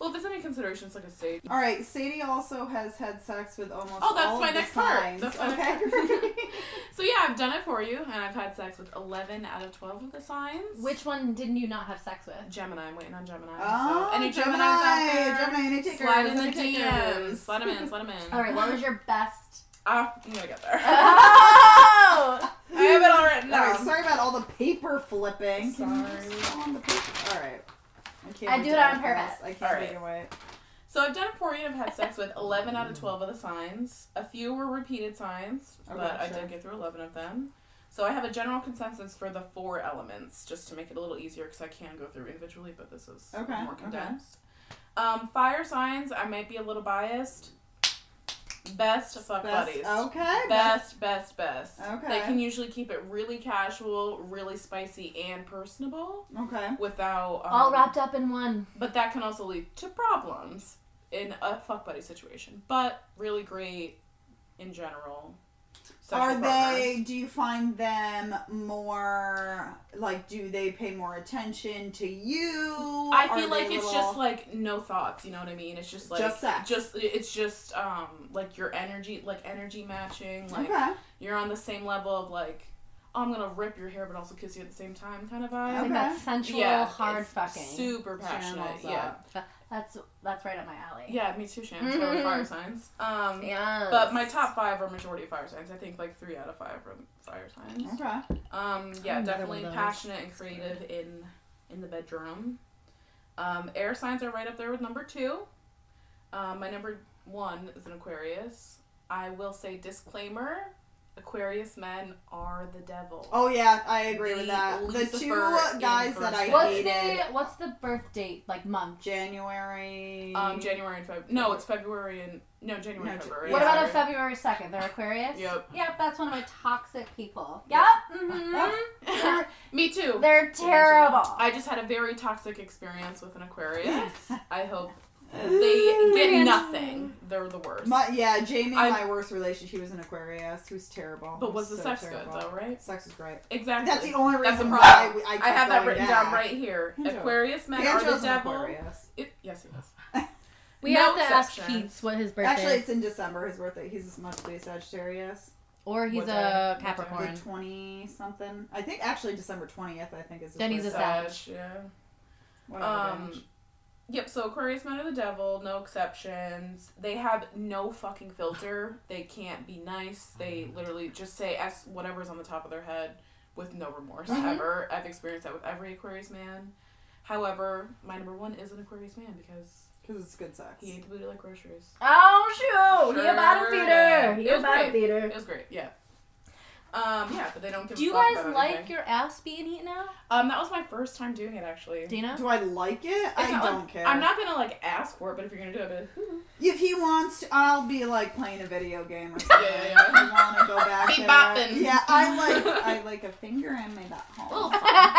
D: Well, if there's any consideration, it's like a stage.
C: All right, Sadie also has had sex with almost.
D: Oh, that's
C: all
D: my
C: of the
D: next part.
C: signs.
D: That's my
C: okay.
D: next part. So yeah, I've done it for you, and I've had sex with 11 out of 12 of the signs.
B: Which one didn't you not have sex with?
D: Gemini? I'm waiting on Gemini.
C: oh,
D: so any
C: Gemini,
D: Gemini's out there?
C: Gemini, any tickers,
D: Slide in the
C: any
D: DMs.
C: tickers.
D: Slide them in. Slide them in.
B: All right, what was your best?
D: Ah, I'm gonna get there.
B: Oh!
D: I have it all written
C: All right,
D: down.
C: sorry about all the paper flipping. Can you
D: Sorry.
C: just go on the paper? All right. I, can't
B: I
C: wait
B: do
C: to
B: it on
C: edit this.
B: purpose.
C: I can't
D: All
C: wait
D: right.
C: to wait.
D: So I've done it for you. I've had sex with 11 out of 12 of the signs. A few were repeated signs,
C: Oh,
D: but I
C: gotcha.
D: did get through 11 of them. So I have a general consensus for the four elements, just to make it a little easier because I can go through individually, but this is
C: Okay,
D: more
C: okay.
D: condensed. Um, fire signs, I might be a little biased. Best fuck
C: Best-
D: buddies.
C: Okay.
D: Best, best, best. They
C: Okay.
D: can usually keep it really casual, really spicy, and personable
C: Okay.
D: without. Um,
B: All wrapped up in one.
D: but that can also lead to problems in a fuck buddy situation. But really great in general. sexual
C: Are they?
D: partners.
C: Do you find them more like? Do they pay more attention to you?
D: I
C: Are
D: feel like
C: they
D: it's
C: little-
D: just like no thoughts. You know what I mean? It's just like
C: Just sex.
D: just- it's just um like your energy, like energy matching. Like
C: okay.
D: you're on the same level of like. Oh, I'm gonna rip your hair, but also kiss you at the same time, kind of
B: I
D: vibe.
B: think
C: Okay.
B: that's sensual,
D: Yeah,
B: hard
D: it's
B: fucking.
D: Super passionate.
C: Channels
D: Yeah.
C: up.
B: That's that's right up my alley.
D: Yeah, me too, Shannon.
C: Mm-hmm.
D: So we're
B: Mhm.
D: fire signs. Um,
B: Yes.
D: But my top five are majority fire signs. I think like three out of five are fire signs.
C: Okay.
D: Um, yeah,
B: Another
D: definitely
B: one of those.
D: passionate and creative in in the bedroom. Um, air signs are right up there with number two. Um, my number one is an Aquarius. I will say disclaimer: Aquarius men are the devil.
C: Oh yeah, I agree with
D: The
C: that. the two
D: Lucifer
C: uh, guys that I
D: inverse.
B: What's
C: hated.
B: the what's the birth date like month?
C: January.
D: Um, January and February. No, it's February and no January
C: No,
D: and
C: Jan-
D: February.
B: What
C: Yeah.
B: about a
D: Sorry.
B: February second? They're Aquarius.
D: Yep.
B: Yep, that's one of my toxic people. Yep.
D: Yep.
B: Mm-hmm.
D: Me too.
B: They're terrible.
D: I just had a very toxic experience with an Aquarius. I hope they
C: Ooh.
D: get nothing. They're the worst.
C: My yeah, Jamie,
D: I-
C: my worst relation. He was an Aquarius. He was terrible.
D: but
C: He
D: was the
C: so
D: sex
C: terrible.
D: good though, right?
C: Sex was great.
D: Exactly.
C: That's the only
D: That's the
C: reason why
D: problem.
C: we- I,
D: I have that
C: kept
D: written
C: going
D: down
C: back.
D: right here.
C: Angela.
D: Aquarius men are
C: Angela's
D: the
C: an
D: devil.
C: Aquarius.
D: It, yes, he is.
B: we
D: No
B: have to ask
D: exception.
B: Keats what his birthday
C: Actually,
B: is.
C: it's in December. His birthday. He's must be a Sagittarius.
B: or he's
D: What
B: a
D: day?
B: Capricorn.
C: Like twenty something. I think actually December twentieth. I think is. his
B: Then he's a
C: birthday.
B: Sag.
D: Yeah.
C: Whatever,
D: Um.
C: bitch.
D: Yep. So Aquarius men are the devil. No exceptions. They have no fucking filter. They can't be nice. They literally just say as whatever's on the top of their head with no remorse
B: Mhm.
D: ever. I've experienced that with every Aquarius man. However, my number one is an Aquarius man because
C: 'Cause it's good sex.
D: he ate the booty like groceries.
B: Oh shoot! He a bottom
D: Sure
B: feeder.
D: did.
B: He
D: It
B: a
D: was
B: bottom
D: great.
B: feeder.
D: It was great. Yeah. Um. Yeah, but they don't give.
B: Do you
D: a fuck
B: guys
D: about anything.
B: like your ass being eaten out,
D: Um, that was my first time doing it actually.
B: Dina?
C: Do I like it? I
D: It's not
C: don't
D: like-
C: care.
D: I'm not gonna like ask for it, but if you're gonna do it, I'll be like, "Ooh."
C: If he wants, to, I'll be like playing a video game or something.
D: Yeah, yeah, yeah.
C: If you want to go back.
D: Be
C: there.
D: bopping.
C: Yeah, I like. I like a finger in my butthole.
D: Little fun.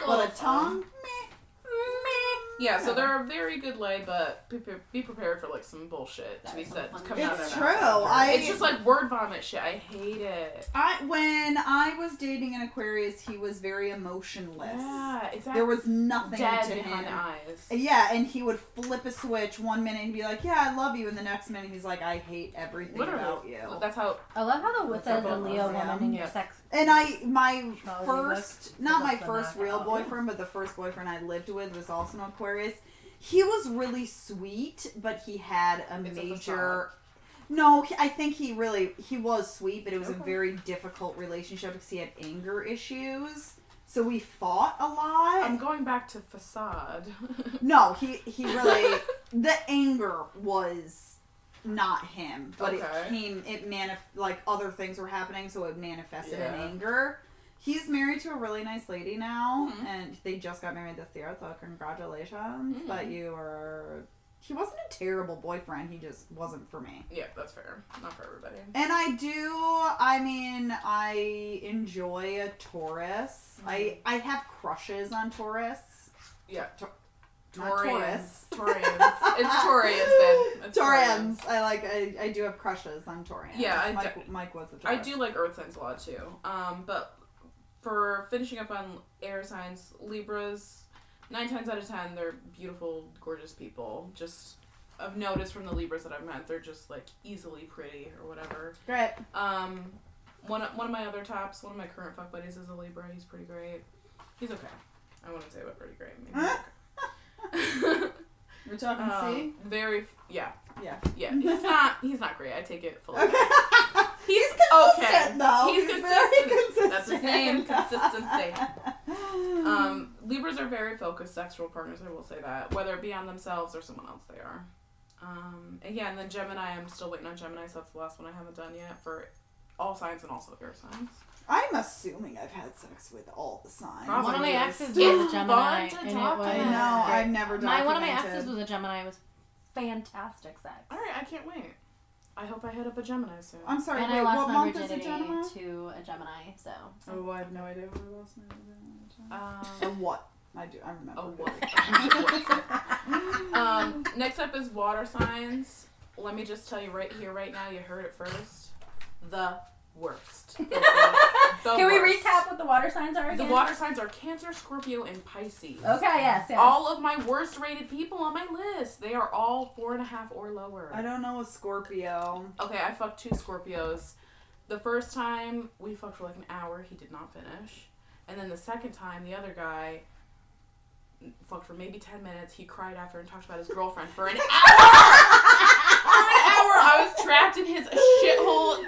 C: But
D: Little
C: a tongue.
D: fun.
C: Meh.
D: um, Yeah, so they're a very good lay, but be, pre- be prepared for like some bullshit to
B: That
D: be
B: was
D: said
B: some fun
D: coming out of
C: It's
D: their
C: true.
D: mouth.
C: I-
D: It's just like word vomit shit. I hate it.
C: I when I was dating an Aquarius, he was very emotionless.
D: Yeah, exactly.
C: There was nothing
D: dead
C: to
D: behind the
C: him.
D: eyes.
C: Yeah, and he would flip a switch one minute and be like, "Yeah, I love you," and the next minute he's like, "I hate everything
D: Literally,
C: about you."
D: that's how
B: I love how the Wicca is a
D: That's
B: Leo
C: awesome.
B: woman in your
D: Yeah.
B: sex.
C: And I, my
B: Probably
C: first,
B: looked-
C: not my
B: looked when
C: first
B: I
C: real
B: got-
C: boyfriend, but the first boyfriend I lived with was also an Aquarius. He was really sweet, but he had a
D: It's a
C: major. no, he- I think he really he was sweet, but it was a
D: Okay.
C: very difficult relationship because he had anger issues. So we fought a lot.
D: I'm going back to facade.
C: no, he he really the anger was not him, but
D: Okay.
C: it came it manif like other things were happening, so it manifested in
D: Yeah.
C: anger. He's married to a really nice lady now,
D: Mhm.
C: and they just got married this year. So congratulations!
D: Mhm.
C: But you were he wasn't a terrible boyfriend. He just wasn't for me.
D: yeah, that's fair. Not for everybody.
C: And I do. I mean, I enjoy a Taurus.
D: Mm-hmm.
C: I I have crushes on Taurus.
D: Yeah,
C: Not
D: Taurians.
C: Taurus.
D: Taurians. It's Taurians, babe. It's
C: Taurians. I like. I, I do have crushes on Taurians.
D: Yeah, I
C: Mike, Mike was a
D: I
C: Taurus.
D: do like Earth signs a lot too. Um, but for finishing up on air signs, Libras, nine times out of ten, they're beautiful, gorgeous people. Just I've noticed from the Libras that I've met, they're just like easily pretty or whatever.
C: Great.
D: Um, one of- one of my other tops, one of my current fuck buddies is a Libra. He's pretty great. He's okay. I wouldn't say about pretty great. Maybe he's okay.
C: We're talking C.
D: Um, very f- yeah
C: Yeah.
D: yeah. He's not he's not great. I take it fully.
C: Okay.
D: He's okay.
C: consistent, though.
D: He's,
C: He's
D: consistent.
C: very
D: That's his
C: consistent.
D: name. Consistency. Um, Libras are very focused sexual partners. I will say that whether it be on themselves or someone else, they are. Um, and yeah, and then Gemini. I'm still waiting on Gemini, so that's the last one I haven't done yet for all signs and also air signs.
C: I'm assuming I've had sex with all the signs.
D: Probably.
B: One of my
D: Probably
B: exes
D: is.
B: was
D: It's
B: a Gemini,
D: fun to
B: and it
D: talk
B: was.
D: about.
C: No, I've never done.
B: My one of my exes was a Gemini. It was fantastic sex.
D: All right, I can't wait. I hope I hit up a Gemini soon.
C: I'm sorry.
B: and
C: wait,
B: I lost
C: what
B: my
C: month is it,
B: virginity
C: Gemini?
B: to a Gemini. So
C: Oh, I have no idea what I lost my virginity. A
D: Um,
C: what? I do. I remember.
D: a what? um, next up is water signs. Let me just tell you right here, right now, you heard it first. The worst. The
B: can we
D: worst.
B: recap what the water signs are again?
D: Oh, The water signs are Cancer, Scorpio, and Pisces.
B: Okay. Yes. yes.
D: All of my worst rated people on my list. They are all four and a half or lower.
C: I don't know a Scorpio.
D: Okay, I fucked two Scorpios. The first time we fucked for like an hour, he did not finish. And then the second time, the other guy fucked for maybe 10 minutes. He cried after and talked about his girlfriend for an hour. for an hour! I was trapped in his shithole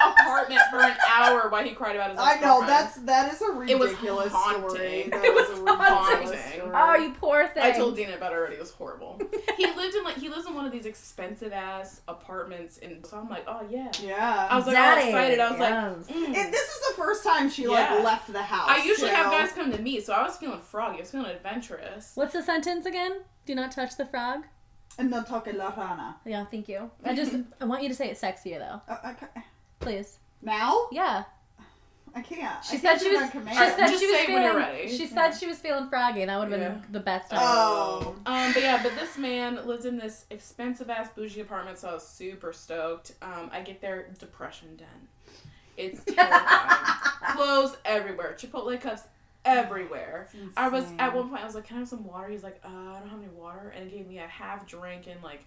D: apartment for an hour while he cried about his
C: I know
D: ex-girlfriend.
C: that's that is a
D: It was
C: ridiculous story.
D: haunting.
C: That
D: It
C: a
D: was
C: ridiculous
D: haunting.
C: story.
B: Oh, you poor thing.
D: I told Dina about it already. It was horrible. he lived in like he lives in one of these expensive ass apartments, and so I'm like, oh yeah.
C: Yeah.
D: I was like all
B: Daddy,
D: excited. I was
B: yes.
D: like, mm.
C: It- this is the first time she
D: Yeah.
C: like left the house.
D: I usually
C: so-
D: have guys come to me, so I was feeling froggy. I was feeling adventurous.
B: What's the sentence again? Do not touch the frog.
C: And they'll talk a la rana.
B: Yeah, thank you. I just I want you to say it sexier though,
C: Uh, okay.
B: please.
C: Now
B: Yeah,
C: I can't.
B: she
C: I
B: said
C: can't
B: she
C: do it
B: was.
C: on
B: She
C: command.
B: said
D: Just
B: she was
D: say it
B: feeling.
D: when you're ready.
B: She said she was feeling froggy. That would have been
D: Yeah.
B: the best. time.
C: Oh.
D: Um, but yeah, but this man lives in this expensive ass bougie apartment, so I was super stoked. Um, I get there, depression den. It's terrifying. Clothes everywhere, Chipotle cups everywhere. I was at one point. I was like, "Can I have some water?" He's like, uh, "I don't have any water," and he gave me a half drink and like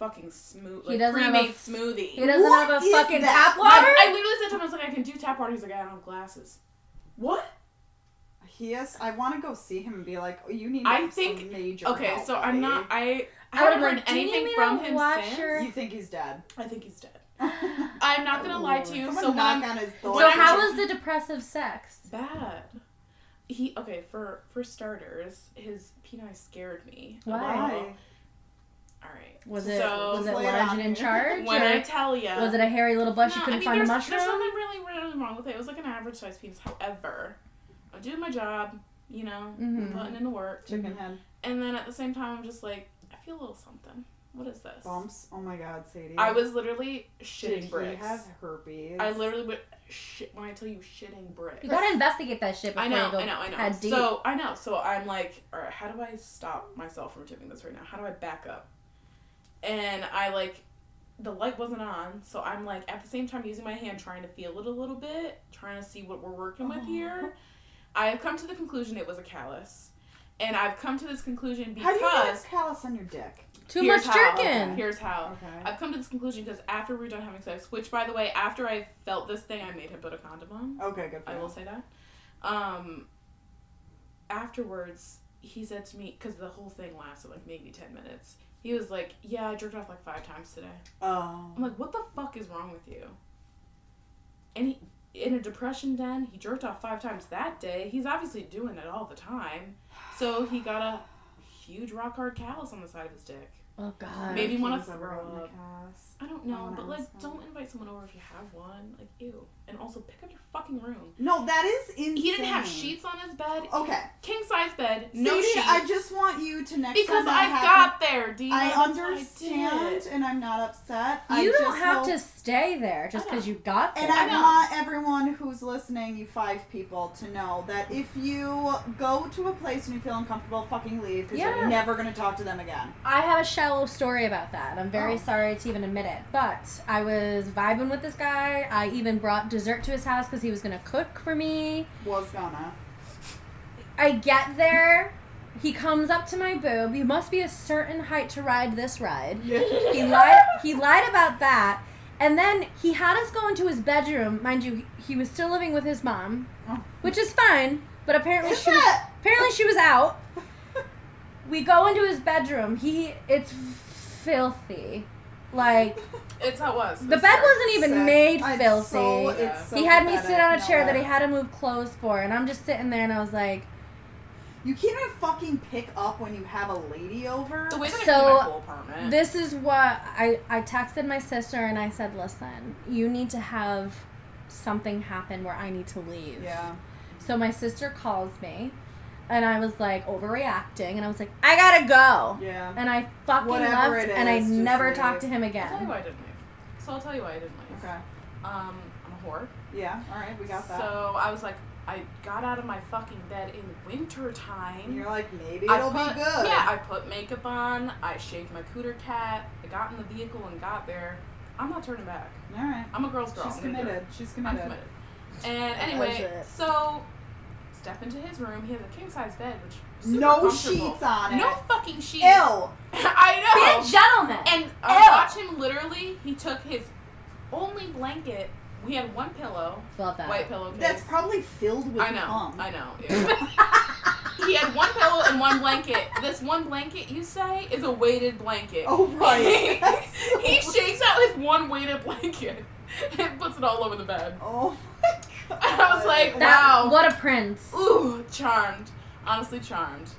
D: fucking smooth,
B: He
D: like
B: doesn't have a-
D: pre-made smoothie.
B: He doesn't
C: What
B: have a
C: is
B: fucking
C: that?
B: tap water.
D: I, I literally said to him, "I was like, I can do tap water." He's like, "I don't have glasses." What?
C: He is. I want to go see him and be like, oh, you need.
D: I
C: some
D: think-
C: major.
D: Okay,
C: help,
D: so I'm
C: buddy."
D: not. I I
B: I would've
D: haven't
B: been
D: heard
B: like, "Do you need
D: anything
B: me
D: from
B: to
D: him
B: wash
D: since.
B: your-
C: You think he's dead?
D: I think he's dead.
C: Someone
D: I'm not gonna lie to you. So when
C: knock
D: I'm
C: on his door.
B: So
D: What
B: how
D: I'm-
B: was the depressive sex?
D: bad. He okay for for starters, his penis scared me. a
B: Why?
D: little.
C: Why?
D: All right.
B: Was it
D: So-
B: was it
C: Lay it
B: large
C: on
B: and in
C: you.
B: charge?
D: When
B: or
D: I tell you,
B: was it a hairy little bush you
D: No,
B: couldn't
D: I mean,
B: find a
D: there's,
B: mushroom?
D: There's nothing really, really wrong with it. It was like an average size penis. However, I do my job, you know,
B: Mhm.
D: putting in the work.
C: Chicken head.
D: And then at the same time, I'm just like, I feel a little something. What is this?
C: Bumps. Oh my god, Sadie.
D: I was literally
C: Did
D: shitting
C: he
D: bricks.
C: have herpes?
D: I literally would shit when I tell you shitting bricks.
B: You gotta investigate that shit before
D: I know,
B: you go
D: I know, I know.
B: head deep.
D: So I know. So I'm like, all right, how do I stop myself from doing this right now? How do I back up? And I like, the light wasn't on, so I'm like at the same time using my hand trying to feel it a little bit, trying to see what we're working with here. I have come to the conclusion it was a callus, and I've come to this conclusion
C: How
D: because
C: do you get a callus on your dick?
B: Too
D: here's
B: much
D: how,
B: jerking.
D: Here's how.
C: Okay.
D: I've come to this conclusion because after we were done having sex, which by the way, after I felt this thing, I made him put a condom on.
C: Okay, good for
D: I
C: you.
D: will say that. Um, afterwards, he said to me, because the whole thing lasted like maybe 10 minutes. He was like, Yeah, I jerked off like five times today.
C: Oh.
D: I'm like, What the fuck is wrong with you? And he, in a depression den, he jerked off five times that day. He's obviously doing it all the time. So he got a huge rock hard callus on the side of his dick.
B: oh god.
D: Maybe
C: Herpes
D: wanna
C: ever
D: throw
C: on the
D: up.
C: callus.
D: I don't
C: I
D: know,
C: wanna
D: but like,
C: ask him.
D: don't invite someone over if you have one. Like, ew. And also, pick up your fucking room.
C: No, that is insane.
D: He didn't have sheets on his bed.
C: Okay.
D: king size bed, no
C: Sadie,
D: sheets.
C: I just want you to next
D: because
C: time that
D: I
C: happens-
D: got there, Dina.
C: I
D: That's what
C: understand,
D: did.
C: and I'm not upset. I
B: you don't
C: just
B: have
C: hope-
B: to stay there just
D: I know.
B: because you got there.
C: And I,
D: I know.
C: want everyone who's listening, you five people, to know that if you go to a place and you feel uncomfortable, fucking leave because
B: Yeah.
C: you're never going to talk to them again.
B: I have a shallow story about that. I'm very
C: Oh.
B: sorry to even admit it, but I was vibing with this guy. I even brought dessert to his house because he was gonna cook for me.
C: Was gonna.
B: I get there. He comes up to my boob. You must be a certain height to ride this ride. He lied. He lied about that, and then he had us go into his bedroom. Mind you, he was still living with his mom,
C: Oh.
B: which is fine. But apparently
C: Is
B: she was,
C: it?
B: apparently she was out. We go into his bedroom. He it's filthy. Like
D: It's how it was.
B: the bed wasn't even
C: Sick.
B: made
C: It's
B: filthy.
C: so- it's so
B: he had me
C: pathetic.
B: sit on a
C: No
B: chair that
C: way.
B: he had to move clothes for, and I'm just sitting there and I was like,
C: You can't even fucking pick up when you have a lady over.
D: The way that I
B: So,
D: cleaned my whole apartment.
B: This is what I, I texted my sister and I said, listen, you need to have something happen where I need to leave.
C: Yeah.
B: So my sister calls me and I was like overreacting and I was like, I gotta go.
C: Yeah.
B: And I fucking
C: Whatever
B: left
C: it
B: and I
C: is, just
B: never
C: leave.
B: talked to him
D: I'll tell you
B: again.
D: why I didn't leave. So I'll tell you why I didn't leave.
C: Okay.
D: Um, I'm a whore.
C: Yeah. All right. We got that.
D: So I was like, I got out of my fucking bed in winter time.
C: and you're like, maybe
D: I
C: it'll
D: put-
C: be good.
D: Yeah, I put makeup on. I shaved my cooter cat. I got in the vehicle and got there. I'm not turning back.
C: All right.
D: I'm a girl's girl.
C: She's
D: I'm gonna do it.
C: committed. She's
D: I'm
C: committed.
D: committed. And anyway,
B: it.
D: so step into his room. He has a king size bed, which is super
C: No
D: comfortable.
C: sheets on it.
D: no fucking sheets.
C: Ew.
D: I know.
B: gentleman.
D: And
B: Ew.
D: I watch him literally. He took his only blanket. We had one pillow,
B: Love that.
D: white pillowcase.
C: That's probably filled with
D: I know.
C: cum.
D: I know. Ew. he had one pillow and one blanket. This one blanket, you say, is a weighted blanket.
C: Oh, right. That's so-
D: he shakes out his one weighted blanket and puts it all over the bed.
C: Oh my god.
D: I was like,
B: That-
D: Wow.
B: What a prince.
D: Ooh, charmed. Honestly, charmed.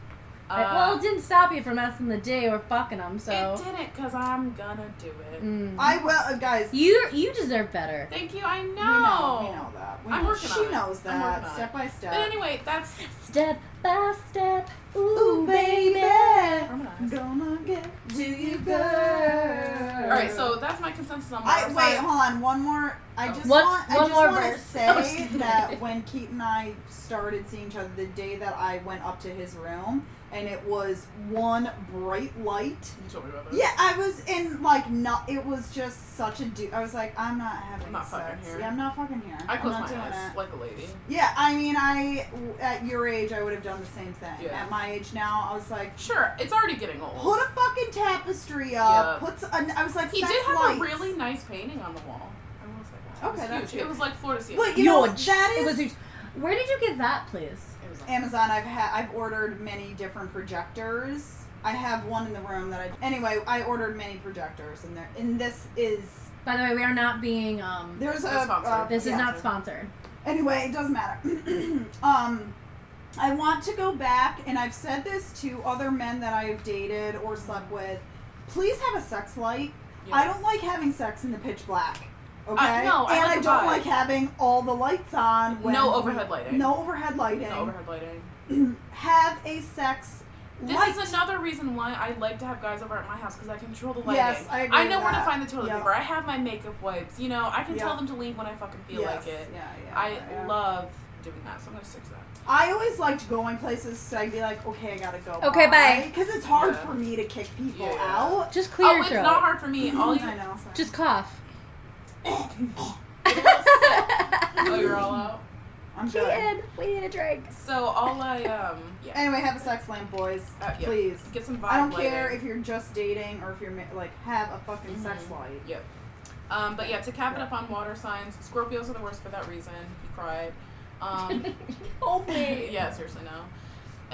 D: Uh,
B: Like, well, it didn't stop you from asking the day or fucking him, so.
D: it didn't, cause I'm gonna do it.
B: Mm.
C: I will, uh, guys.
B: you you deserve better.
D: Thank you. I know.
C: We know, we know that. We
D: I'm
C: know-
D: working
C: she
D: on it.
C: knows
D: I'm
C: that
D: working on
C: step by
D: But
C: step.
D: anyway, that's
B: Step by step. Ooh,
C: Ooh, baby.
B: baby.
D: harmonized.
C: Gonna get
B: Do you
C: good.
B: All
D: All right, so that's my consensus on
C: I,
D: Mars.
C: wait, hold on. One more. I
D: Oh.
C: just
B: One-
C: want. I
B: one
C: just
B: more
C: want to
B: verse.
C: say
B: Oh, excuse me.
C: that when Keaton and I started seeing each other, the day that I went up to his room, and it was one bright light.
D: You told me about this.
C: Yeah, I was in like not. It was just such a. Du- I was like, I'm not having
D: I'm not
C: sex.
D: fucking here.
C: Yeah, I'm not fucking here.
D: I
C: I'm
D: closed
C: not
D: my
C: doing it.
D: eyes like a lady.
C: Yeah, I mean, I at your age, I would have done the same thing.
D: Yeah.
C: At my age now, I was like,
D: Sure, it's already getting old.
C: put a fucking tapestry up.
D: Yeah.
C: Puts. An, I was like,
D: He
C: sex
D: did have
C: lights.
D: a really nice painting on the wall. I will say that.
C: Okay,
D: it was
C: that's
D: huge.
C: huge.
D: It was like floor to ceiling.
C: But you know
B: Huge.
C: that
B: It
C: is
B: was huge. Where did you get that, please?
D: It was like-
C: Amazon. I've had. I've ordered many different projectors. I have one in the room that I. Anyway, I ordered many projectors, and there. And this is.
B: By the way, we are not being um.
C: There's a.
D: No sponsor.
C: uh,
B: This
C: yeah.
B: is not sponsored.
C: Anyway, it doesn't matter. um, I want to go back, and I've said this to other men that I've dated or slept with. Please have a sex light.
D: yeah.
C: I don't like having sex in the pitch black. Okay.
D: no, I
C: and
D: like
C: I
D: the
C: don't
D: vibe.
C: like having all the lights on. When
D: No overhead lighting.
C: No overhead lighting.
D: No overhead lighting.
C: have a sex
D: This
C: light.
D: is another reason why I like to have guys over at my house because I control the lighting.
C: Yes, I agree
D: know
C: with
D: where to
C: that.
D: find the toilet
C: Yeah.
D: paper. I have my makeup wipes. You know, I can
C: Yeah.
D: tell them to leave when I fucking feel
C: Yes,
D: like it.
C: Yeah, yeah,
D: I
C: yeah.
D: love doing that, so I'm gonna stick to that.
C: I always liked going places, so I'd be like, okay, I gotta go.
E: Okay, bye.
C: Because it's hard
D: Yeah.
C: for me to kick people
D: Yeah.
C: out.
E: Just clear
D: oh,
E: your
D: it's
E: throat.
D: not hard for me. All you
C: I know. sorry.
E: Just cough.
D: oh, you're all out.
C: I'm good.
E: Kid, we need a drink.
D: So all I um yeah,
C: Anyway, have a sex lamp, boys.
D: Uh, yeah.
C: Please.
D: get some vibe.
C: I don't care
D: lighting.
C: if you're just dating or if you're ma- like have a fucking
D: Mm-hmm.
C: sex light.
D: Yep. Um, but yeah, to cap it up on water signs, Scorpios are the worst for that reason. He cried. Um,
E: Hold
D: yeah, seriously, no.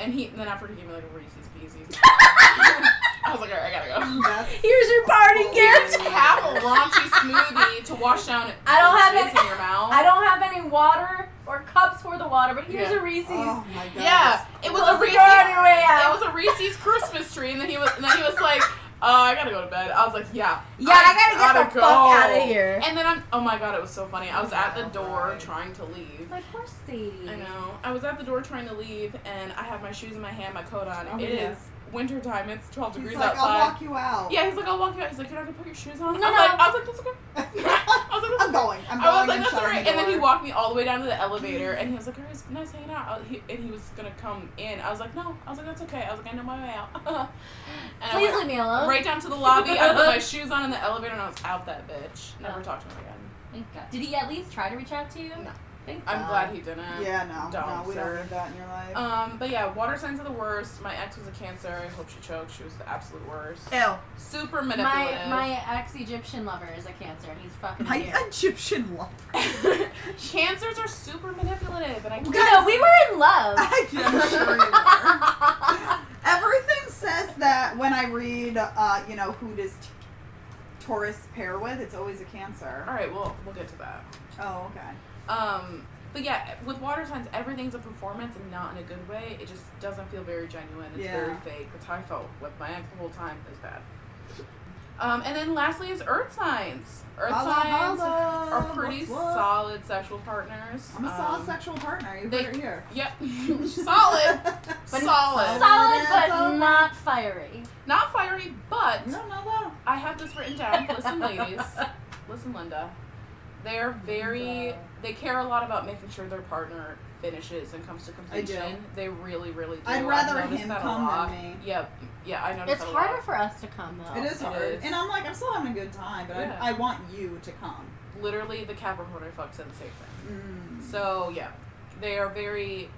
D: And he then after he gave me like a Reese's Pieces, I was like, all right, I gotta go.
C: That's
E: Here's your party gift.
D: have a raunchy smoothie to wash down.
B: I don't have
D: shits
B: it.
D: in your mouth.
B: I don't have any water or cups for the water, but here's
D: Yeah.
B: a Reese's.
C: oh my god.
D: Yeah, it was a
B: Close the
D: Reese's.
B: door on your way out.
D: It was a Reese's Christmas tree, and then he was, and then he was like, uh, "I gotta go to bed." I was like, "Yeah,
B: Yeah, I gotta get the fuck outta
E: here.
D: And then I'm, oh my god, it was so funny. I was at the door
C: Alright.
D: trying to leave.
B: Like, poor Sadie.
D: I know. I was at the door trying to leave, and I have my shoes in my hand, my coat on.
C: Oh,
D: It
C: yeah.
D: is winter time. It's 12
C: He's
D: degrees
C: like,
D: outside.
C: I'll walk you out.
D: yeah, he's like, I'll walk you out. He's like, you're not gonna put your shoes on.
B: No,
D: I was
B: no.
D: like, I was like, that's okay. I was like, that's
C: I'm
D: okay.
C: going. I'm going.
D: I was
C: I'm
D: like, that's
C: shutting
D: alright.
C: the
D: And then he
C: door.
D: walked me all the way down to the elevator, and he was like, alright, it's nice hanging out. I was- he- and he was gonna come in. I was like, no. I was like, that's okay. I was like, I know my way out. and I
B: Please
D: went
B: leave me alone.
D: right down to the lobby. I put my shoes on in the elevator, and I was out that bitch. Never
B: Oh.
D: talked to him again.
B: Thank God. Did he at least try to reach out to you?
D: No.
B: Thank
D: I'm
B: God.
D: glad he didn't.
C: Uh, Yeah, no,
D: Don't,
C: no, we
D: sir.
C: don't need that in your life.
D: Um, but yeah, water signs are the worst. My ex was a cancer. I hope she choked. She was the absolute worst.
C: Ew.
D: Super
B: My
D: manipulative.
B: my ex Egyptian lover is a cancer and he's fucking weird.
C: Egyptian love.
D: Cancers are super manipulative, and I
B: You
D: can't.
B: know, we were in love.
C: I'm sure you are. Everything says that when I read, uh, you know, who does t- Taurus pair with, it's always a
D: All
C: Cancer.
D: right, well, we'll get to that.
C: Oh, okay.
D: Um, but yeah, with water signs, everything's a performance and not in a good way. It just doesn't feel very genuine. It's
C: Yeah.
D: very fake. That's how I felt with my ex the whole time. It was bad. Um, and then lastly is earth signs. Earth
C: Holla,
D: signs
C: holla.
D: are pretty
C: What's what?
D: solid sexual partners.
C: I'm a
D: Um,
C: solid sexual partner. You
D: they-
C: heard it here.
D: Yep. solid.
C: But
D: solid.
B: Solid but
C: Solid.
B: not fiery.
D: Not fiery, but
C: no, no, no.
D: I have this written down. Listen, ladies. Listen, Linda. They're very.
B: Linda.
D: They care a lot about making sure their partner finishes and comes to completion. They really, really do.
C: I'd
D: I've
C: rather
D: noticed
C: him
D: that a
C: come than
D: lot.
C: me.
D: Yep. Yeah, I noticed
B: It's
D: that a
B: harder
D: lot.
B: for us to come though.
C: It is
D: Oh, it
C: hard.
D: is.
C: And I'm like, I'm still having a good time, but
D: Yeah.
C: I, I want you to come.
D: Literally, the Capricorn I fucked said the same thing.
C: Mm.
D: So, yeah. They are very.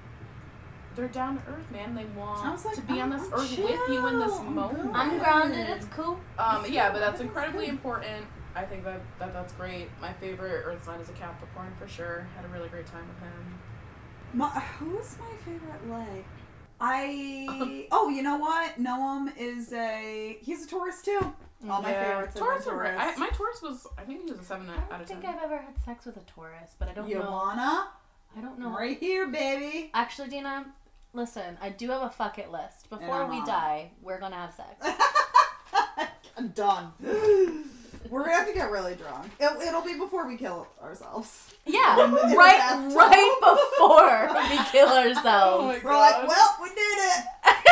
D: They're down to earth, man. They want
C: Sounds like "Oh,
D: to be on
C: I'm-
D: this
C: I'm
D: earth with you in this
C: chill. I'm
D: moment.
C: good.
B: I'm grounded, it's cool.
D: Um,
C: That's
D: yeah,
C: good.
D: but that's
C: That's
D: incredibly
C: good.
D: important. I think that, that that's great. My favorite Earth sign is a Capricorn for sure. Had a really great time with him.
C: My, who's my favorite leg? I oh, you know what? Noam is a he's a Taurus too. All my favorites are
D: Taurus.
C: from
D: Are,
C: Taurus.
D: I, my Taurus was. I think he was a seven
B: I
D: out
B: don't
D: of
B: think
D: ten.
B: I've ever had sex with a Taurus, but I don't
C: you
B: know.
C: wanna
B: I don't know.
C: right here, baby.
B: Actually, Dina, listen, I do have a fuck it list. Before
C: I'm
B: we
C: on it.
B: die, we're gonna have sex.
C: I'm done. We're gonna have to get really drunk. It, it'll be before we kill ourselves.
B: Yeah,
C: the
B: right,
C: bathtub.
B: right before we kill
D: Oh
B: ourselves.
D: my
C: We're like,
D: God.
C: well, we did it.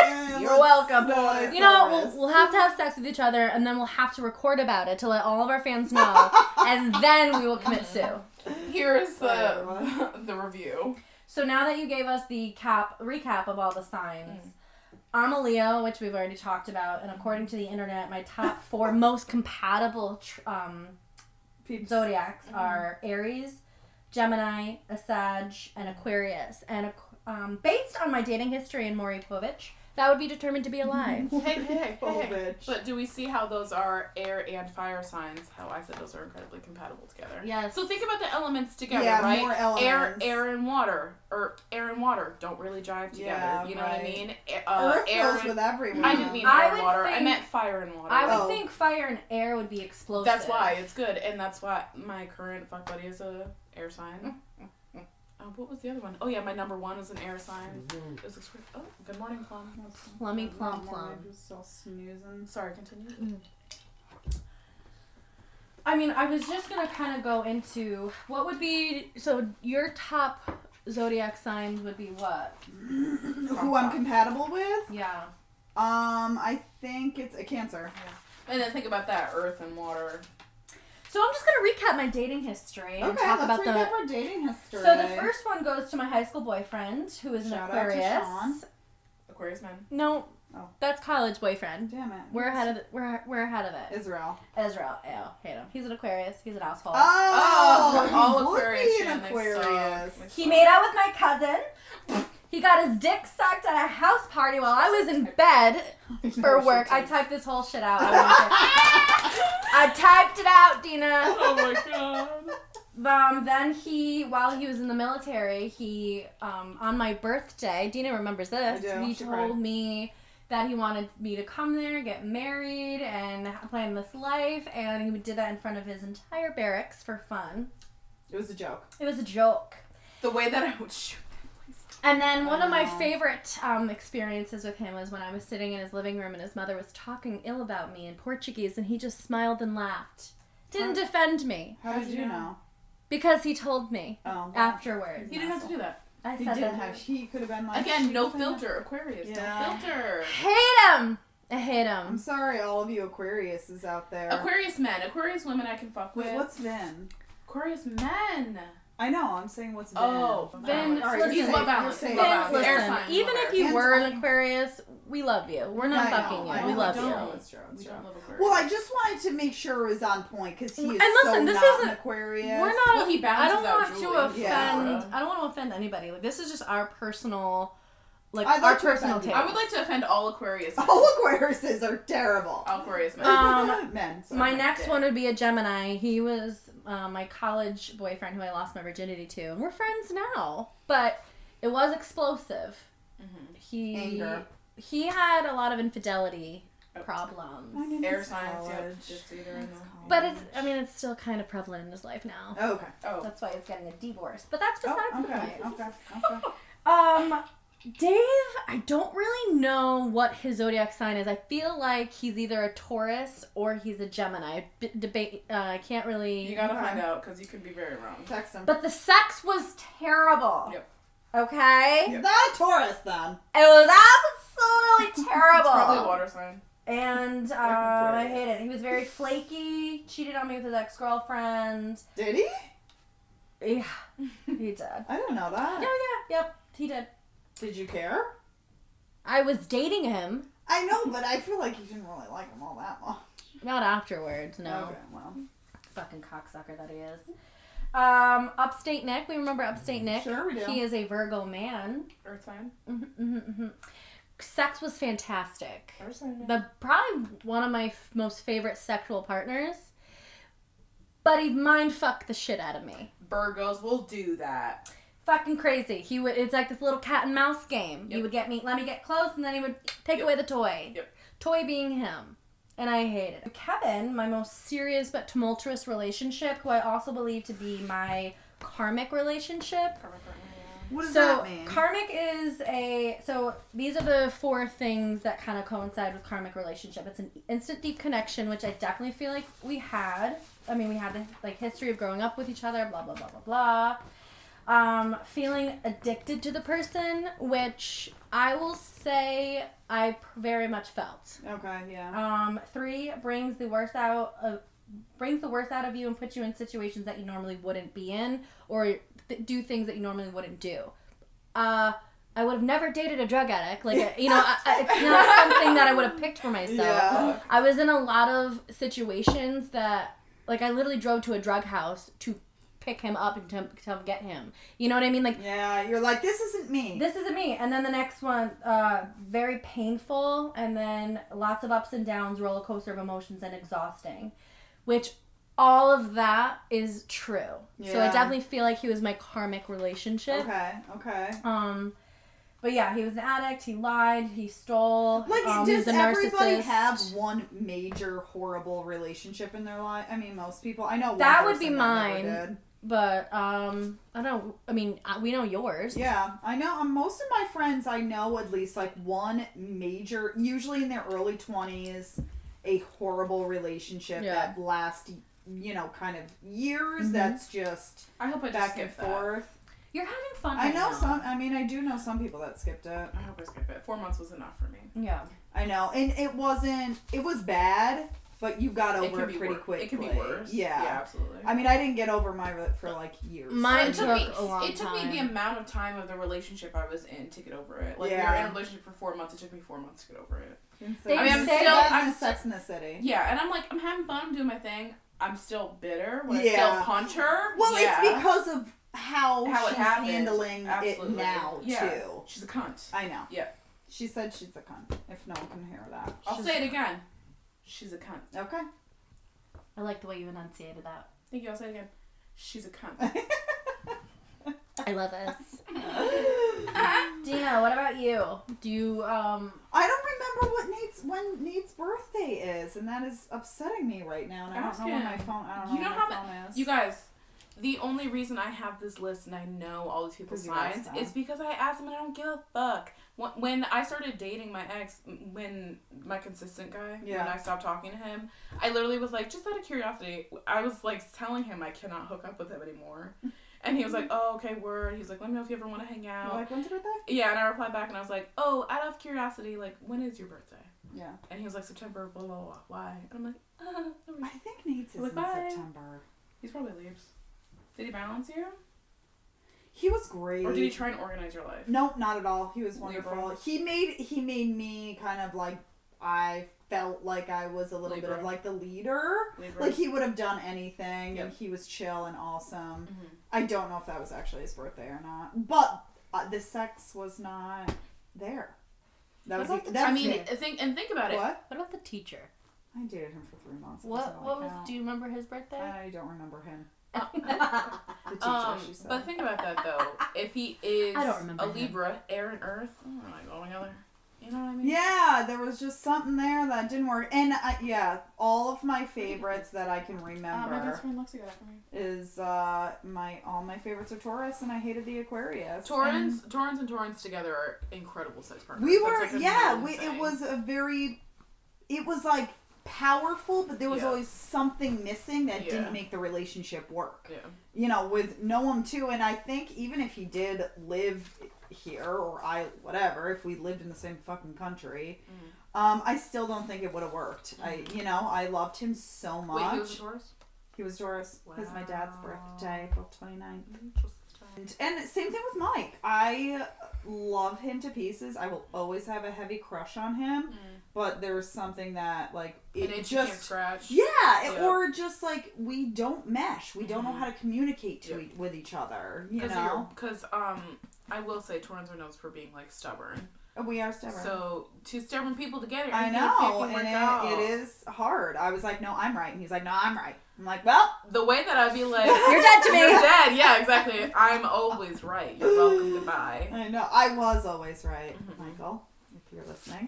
C: And
B: You're
C: let's
B: welcome.
C: go to
B: You know,
C: Taurus.
B: we'll, we'll have to have sex with each other, and then we'll have to record about it to let all of our fans know, and then we will commit sue.
D: Here is the
C: everyone.
D: the review.
B: So now that you gave us the cap recap of all the signs,
D: Mm.
B: I'm a Leo, which we've already talked about, and according to the internet, my top four most compatible tr- um,
C: Peeps.
B: zodiacs
C: Mm-hmm.
B: are Aries, Gemini, a Sag, and Aquarius. And aqu- um, based on my dating history and Maury Povich, that would be determined to be
C: Mm-hmm.
B: alive.
D: Hey, hey, hey,
C: Oh,
D: hey.
C: bitch.
D: But do we see how those are air and fire signs? How I said those are incredibly compatible together.
B: Yes.
D: So think about the elements together,
C: Yeah,
D: right?
C: more
D: Air,
C: elements.
D: air and water, or air and water don't really jive together.
C: Yeah,
D: you know what I
C: right.
D: mean? A- Uh,
C: Earth
D: air
C: goes
D: and-
C: with everyone.
D: I didn't mean
B: I
D: air and
B: would
D: water. I
B: think-
D: meant fire and water.
B: I would
C: Oh.
B: think fire and air would be explosive.
D: That's why it's good, and that's why my current fuck buddy is a air sign. Uh, what was the other one? Oh yeah, my number one is an air sign. It was exp- oh, good morning, Plum.
B: Plummy plum plum.
C: Still snoozing.
D: Sorry, continue.
B: I mean, I was just gonna kind of go into what would be so your top zodiac signs would be what?
C: Who I'm compatible with?
B: Yeah.
C: Um, I think it's a cancer.
D: And then think about that earth and water.
B: So I'm just gonna recap my dating history and
C: okay,
B: talk
C: let's
B: about the.
C: recap our dating history.
B: So the first one goes to my high school boyfriend, who is an
C: Shout out to
B: Aquarius.
C: Sean.
D: Aquarius men.
B: No,
C: Oh.
B: that's college boyfriend.
C: Damn it.
B: We're ahead of the, we're we're ahead of it.
C: Israel.
B: Israel, ew, hate him. He's an Aquarius. He's an asshole.
C: Oh,
D: Oh, all
C: he would
D: Aquarius
C: be an
D: shit, they
C: Aquarius.
D: suck.
B: He made out with my cousin. He got his dick sucked at a house party while I was in bed for work. I typed this whole shit out. I, won't say- I typed it out, Dina.
D: Oh my god.
B: Um, then he, while he was in the military, he, um, on my birthday, Dina remembers this.
C: I do.
B: He
C: She
B: told
C: cried.
B: me that he wanted me to come there, get married, and plan this life, and he did that in front of his entire barracks for fun.
C: It was a joke.
B: It was a joke.
D: The way that I would shoot
B: And then one of my
C: Wow.
B: favorite um, experiences with him was when I was sitting in his living room and his mother was talking ill about me in Portuguese, and he just smiled and laughed. Didn't defend me
C: How did you know?
B: because he told me
C: Oh,
B: afterwards.
D: You didn't have to do that.
B: I
C: he
B: said
C: didn't
B: that.
C: have. He could have been like
D: Again, no
C: "She was in
D: filter. Aquarius,
C: Yeah.
D: no filter.
B: Hate him. I hate
C: the-" I'm
B: him.
C: sorry, all of you Aquariuses out there.
D: Aquarius men, Aquarius women I can fuck with.
C: Wait, what's Vin?
D: Aquarius men.
C: I know. I'm saying what's Vin.
D: Oh,
B: Vin,
C: All right,
B: listen,
C: you're
D: he's
C: safe,
D: love
C: you're
D: balance.
C: safe.
B: Finn,
D: Love balance.
B: listen,
D: Air sign,
B: even
D: love
B: if you
C: Hands
B: were an
C: on.
B: Aquarius, we love you. We're
C: I
B: not
C: know,
B: fucking you.
C: I
B: we
C: know,
B: love
C: I
B: you.
C: know.
D: don't.
C: It's true, it's
D: We
C: true.
D: don't love Aquarius.
C: Well, I just wanted to make sure it was on point because he is
B: And listen,
C: so
B: this
C: not an
B: isn't-
C: Aquarius.
B: We're
D: Well,
B: not.
D: he
B: I
D: balances
B: don't
D: out
B: want to offend.
D: Julie. Yeah.
B: I don't want to offend anybody. Like this is just our personal, like
C: I'd like
B: our
C: to
B: personal
C: offend you.
B: take.
D: I would like to offend all Aquarius men.
C: All Aquariuses are terrible.
D: All Aquarius men.
B: Um,
C: Men. sorry.
B: my next
D: dick.
B: one would be a Gemini. He was uh, my college boyfriend who I lost my virginity to, and we're friends now. But it was explosive.
D: Mm-hmm.
B: He
C: Anger.
B: he had a lot of infidelity
D: Oh.
C: My
B: problems,
C: name
D: Air
C: is
D: signs, yep.
C: college.
D: It's either in the-
B: but it's I mean it's still kind of prevalent in his life now.
C: Oh, okay.
D: Oh,
B: That's why he's getting a divorce. But that's besides
C: Oh,
B: the
C: okay.
B: point.
C: Okay. Okay.
B: Um, Dave, I don't really know what his zodiac sign is. I feel like he's either a Taurus or he's a Gemini. B- debate. Uh, I can't really.
D: you gotta
C: Okay.
D: find out because you could be very wrong.
C: Text him.
B: but the sex was terrible.
D: Yep.
B: Okay.
D: Yep.
C: That Taurus then.
B: It was absolutely
D: It's probably a
B: terrible.
D: water sign.
B: and um, I hate it. He was very flaky. Cheated on me with his ex girlfriend.
C: Did he?
B: Yeah, he did. Yeah,
C: I don't know that.
B: yeah, yep, he did.
C: Did you care?
B: I was dating him,
C: I know, but I feel like you didn't really like him all that much.
B: not afterwards. No.
C: Okay, well.
B: fucking cocksucker that he is. Um, Upstate Nick, we remember Upstate Nick.
C: Sure we do.
B: He is a Virgo man.
D: Earth sign.
B: Mhm, mhm, mhm. Sex was fantastic.
D: Earth sign.
B: The probably one of my f- most favorite sexual partners. But he mind fucked the shit out of me.
D: Virgos will do that.
B: Fucking crazy. He would. It's like this little cat and mouse game. He
D: Yep.
B: would get me, let me get close, and then he would take
D: Yep.
B: away the toy.
D: Yep.
B: Toy being him. And I hate it. Kevin, my most serious but tumultuous relationship, who I also believe to be my karmic relationship.
C: What does
B: so
C: that mean?
B: karmic is a so these are the four things that kind of coincide with karmic relationship. It's an instant deep connection, which I definitely feel like we had. I mean, we had the like history of growing up with each other, blah blah blah blah blah. Um, feeling addicted to the person, which I will say I p- very much felt.
C: okay, yeah.
B: Um, three brings the worst out of brings the worst out of you and puts you in situations that you normally wouldn't be in or th- do things that you normally wouldn't do. Uh, I would have never dated a drug addict. Like I- you know, I, I, it's not something that I would have picked for myself.
C: Yeah.
B: I was in a lot of situations that like I literally drove to a drug house to pick him up and to, to get him. You know what I mean? Like
C: Yeah, you're like, this isn't me.
B: Oh. this isn't me. And then the next one, uh, very painful, and then lots of ups and downs, roller coaster of emotions, and exhausting, which all of that is true. So I
C: Yeah.
B: definitely feel like he was my karmic relationship.
C: okay, okay.
B: Um, but yeah, he was an addict. He lied. He stole.
C: Like,
B: um,
C: does
B: he's a
C: everybody
B: narcissist.
C: have one major horrible relationship in their life? I mean, most people. I know one
B: That would be
C: person that never
B: mine.
C: did.
B: But um, I don't. I mean, I- we know yours.
C: Yeah, I know. Um, most of my friends I know at least like one major, usually in their early twenties, a horrible relationship
B: Yeah.
C: that lasts, you know, kind of years. That's just
D: Mm-hmm. I hope I just
C: back and
D: skip that.
C: forth.
F: You're having fun.
C: I
F: right
C: know
F: now.
C: some. I mean, I do know some people that skipped it.
D: I hope I skip it. Four months was enough for me.
F: Yeah.
C: I know, and it wasn't. It was bad, but you got
D: it
C: over
D: can
C: it,
D: be
C: pretty
D: wor-
C: quickly.
D: It can be worse.
C: Yeah.
D: Yeah, absolutely.
C: I mean, I didn't get over my re- for like years.
F: Mine
D: it took,
F: took
D: me,
F: a long
D: it took
F: time.
D: me the amount of time of the relationship I was in to get over it. Like we
C: Yeah.
D: were in a relationship for four months. It took me four months to get over it.
C: So-
F: They
C: I mean, I'm
F: say
C: still.
D: that
C: I'm
D: in
C: Sex in the City.
D: Yeah, and I'm like, I'm having fun, I'm doing my thing. I'm still bitter. When I
C: Yeah.
D: still punch her.
C: Well,
D: yeah.
C: it's because of how,
D: How it
C: she's
D: happened.
C: handling
D: Absolutely.
C: it now
D: Yeah.
C: too.
D: she's a cunt.
C: I know.
D: Yeah.
C: She said she's a cunt. If no one can hear that.
D: I'll
C: She's-
D: say it again. She's a cunt.
C: Okay.
F: I like the way you enunciated that.
D: Thank you. I'll say it again. She's a cunt.
F: I love this. Dina, what about you? Do you um
C: I don't remember what Nate's when Nate's birthday is, and that is upsetting me right now. And I
D: Ask
C: don't know when
D: him.
C: my phone. I don't know
D: You
C: when
D: know
C: my
D: how
C: phone is.
D: You guys, the only reason I have this list and I know all these people's
C: 'Cause you guys
D: signs
C: know.
D: is because I asked them and I don't give a fuck. When- When I started dating my ex, m- when my consistent guy,
C: Yeah.
D: when I stopped talking to him, I literally was like, just out of curiosity, I was like telling him I cannot hook up with him anymore. And he was like, oh, okay, word. He's like, let me know if you ever want to hang
C: You're
D: out.
C: like when's your birthday?
D: yeah, and I replied back and I was like, oh, out of curiosity, like, when is your birthday?
C: Yeah.
D: And he was like, September, blah, blah, blah. Why? And I'm like, uh, no reason."
C: I think Nate's is
D: Like,
C: in
D: bye.
C: September.
D: he's probably leaves. Did he balance you?
C: He was great.
D: Or did he try and organize your life?
C: Nope, not at all. He was wonderful.
D: Libra.
C: He made he made me kind of like I felt like I was a little bit of
D: Libra.
C: like the leader.
D: Libra.
C: Like he would have done anything,
D: Yep.
C: and he was chill and awesome.
D: Mhm.
C: I don't know if that was actually his birthday or not, but uh, the sex was not there. That was
F: What about the
C: that's
D: I mean,
F: it.
D: think and think about it.
C: what
F: what about the teacher?
C: I dated him for three months. It
F: What
C: doesn't
F: what
C: really
F: was
C: count.
F: do you remember his birthday?
C: I don't remember him. The teacher,
D: Um,
C: she said.
D: but think about that though. If he is
F: I don't remember
D: a
F: him.
D: Libra, air and earth, oh my god, all together. You know what I mean?
C: Yeah, there was just something there that didn't work. And uh, yeah, all of my favorites that I can
D: Uh, my best
C: remember
D: friend Lexi got it for me.
C: is uh my all my favorites are Taurus, and I hated the Aquarius.
D: Torrens, Torrens, and Torrens together are incredible sex
C: And
D: partners.
C: we
D: That's,
C: were
D: like, a
C: yeah,
D: known
C: we, it
D: thing.
C: was a very, it was like powerful, but there was
D: Yeah.
C: always something missing that
D: Yeah.
C: didn't make the relationship work.
D: Yeah.
C: You know, with Noam too, and I think even if he did live here or I whatever, if we lived in the same fucking country.
D: Mm-hmm.
C: Um, I still don't think it would have worked. I, you know, I loved him so much.
D: Wait, he was a Taurus.
C: He was Doris. It was my dad's
D: Wow.
C: birthday, April 29th.
D: Mm-hmm, Interesting.
C: And, and same thing with Mike. I love him to pieces. I will always have a heavy crush on him, but there's something that, like,
D: An
C: it
D: itch Mm. you can't
C: just.
D: scratch.
C: Yeah, it-
D: Yeah.
C: or just like we don't mesh. We don't know how to communicate to
D: Yep.
C: each with each other. You
D: Cause of
C: know,
D: your- Cause um, I will say Torrens are known for being like stubborn.
C: we are stubborn.
D: So two stubborn people together.
C: I
D: ain't gonna
C: know,
D: fucking work
C: and
D: out.
C: it, it is hard. I was like, "No, I'm right," and he's like, "No, I'm right." I'm like, "Well,
D: The way that I'd be like,
C: You're dead to me.
D: You're dead. Yeah, exactly. I'm always right. You're welcome. Goodbye.
C: I know. I was always right,
D: Mhm.
C: Michael. If you're listening,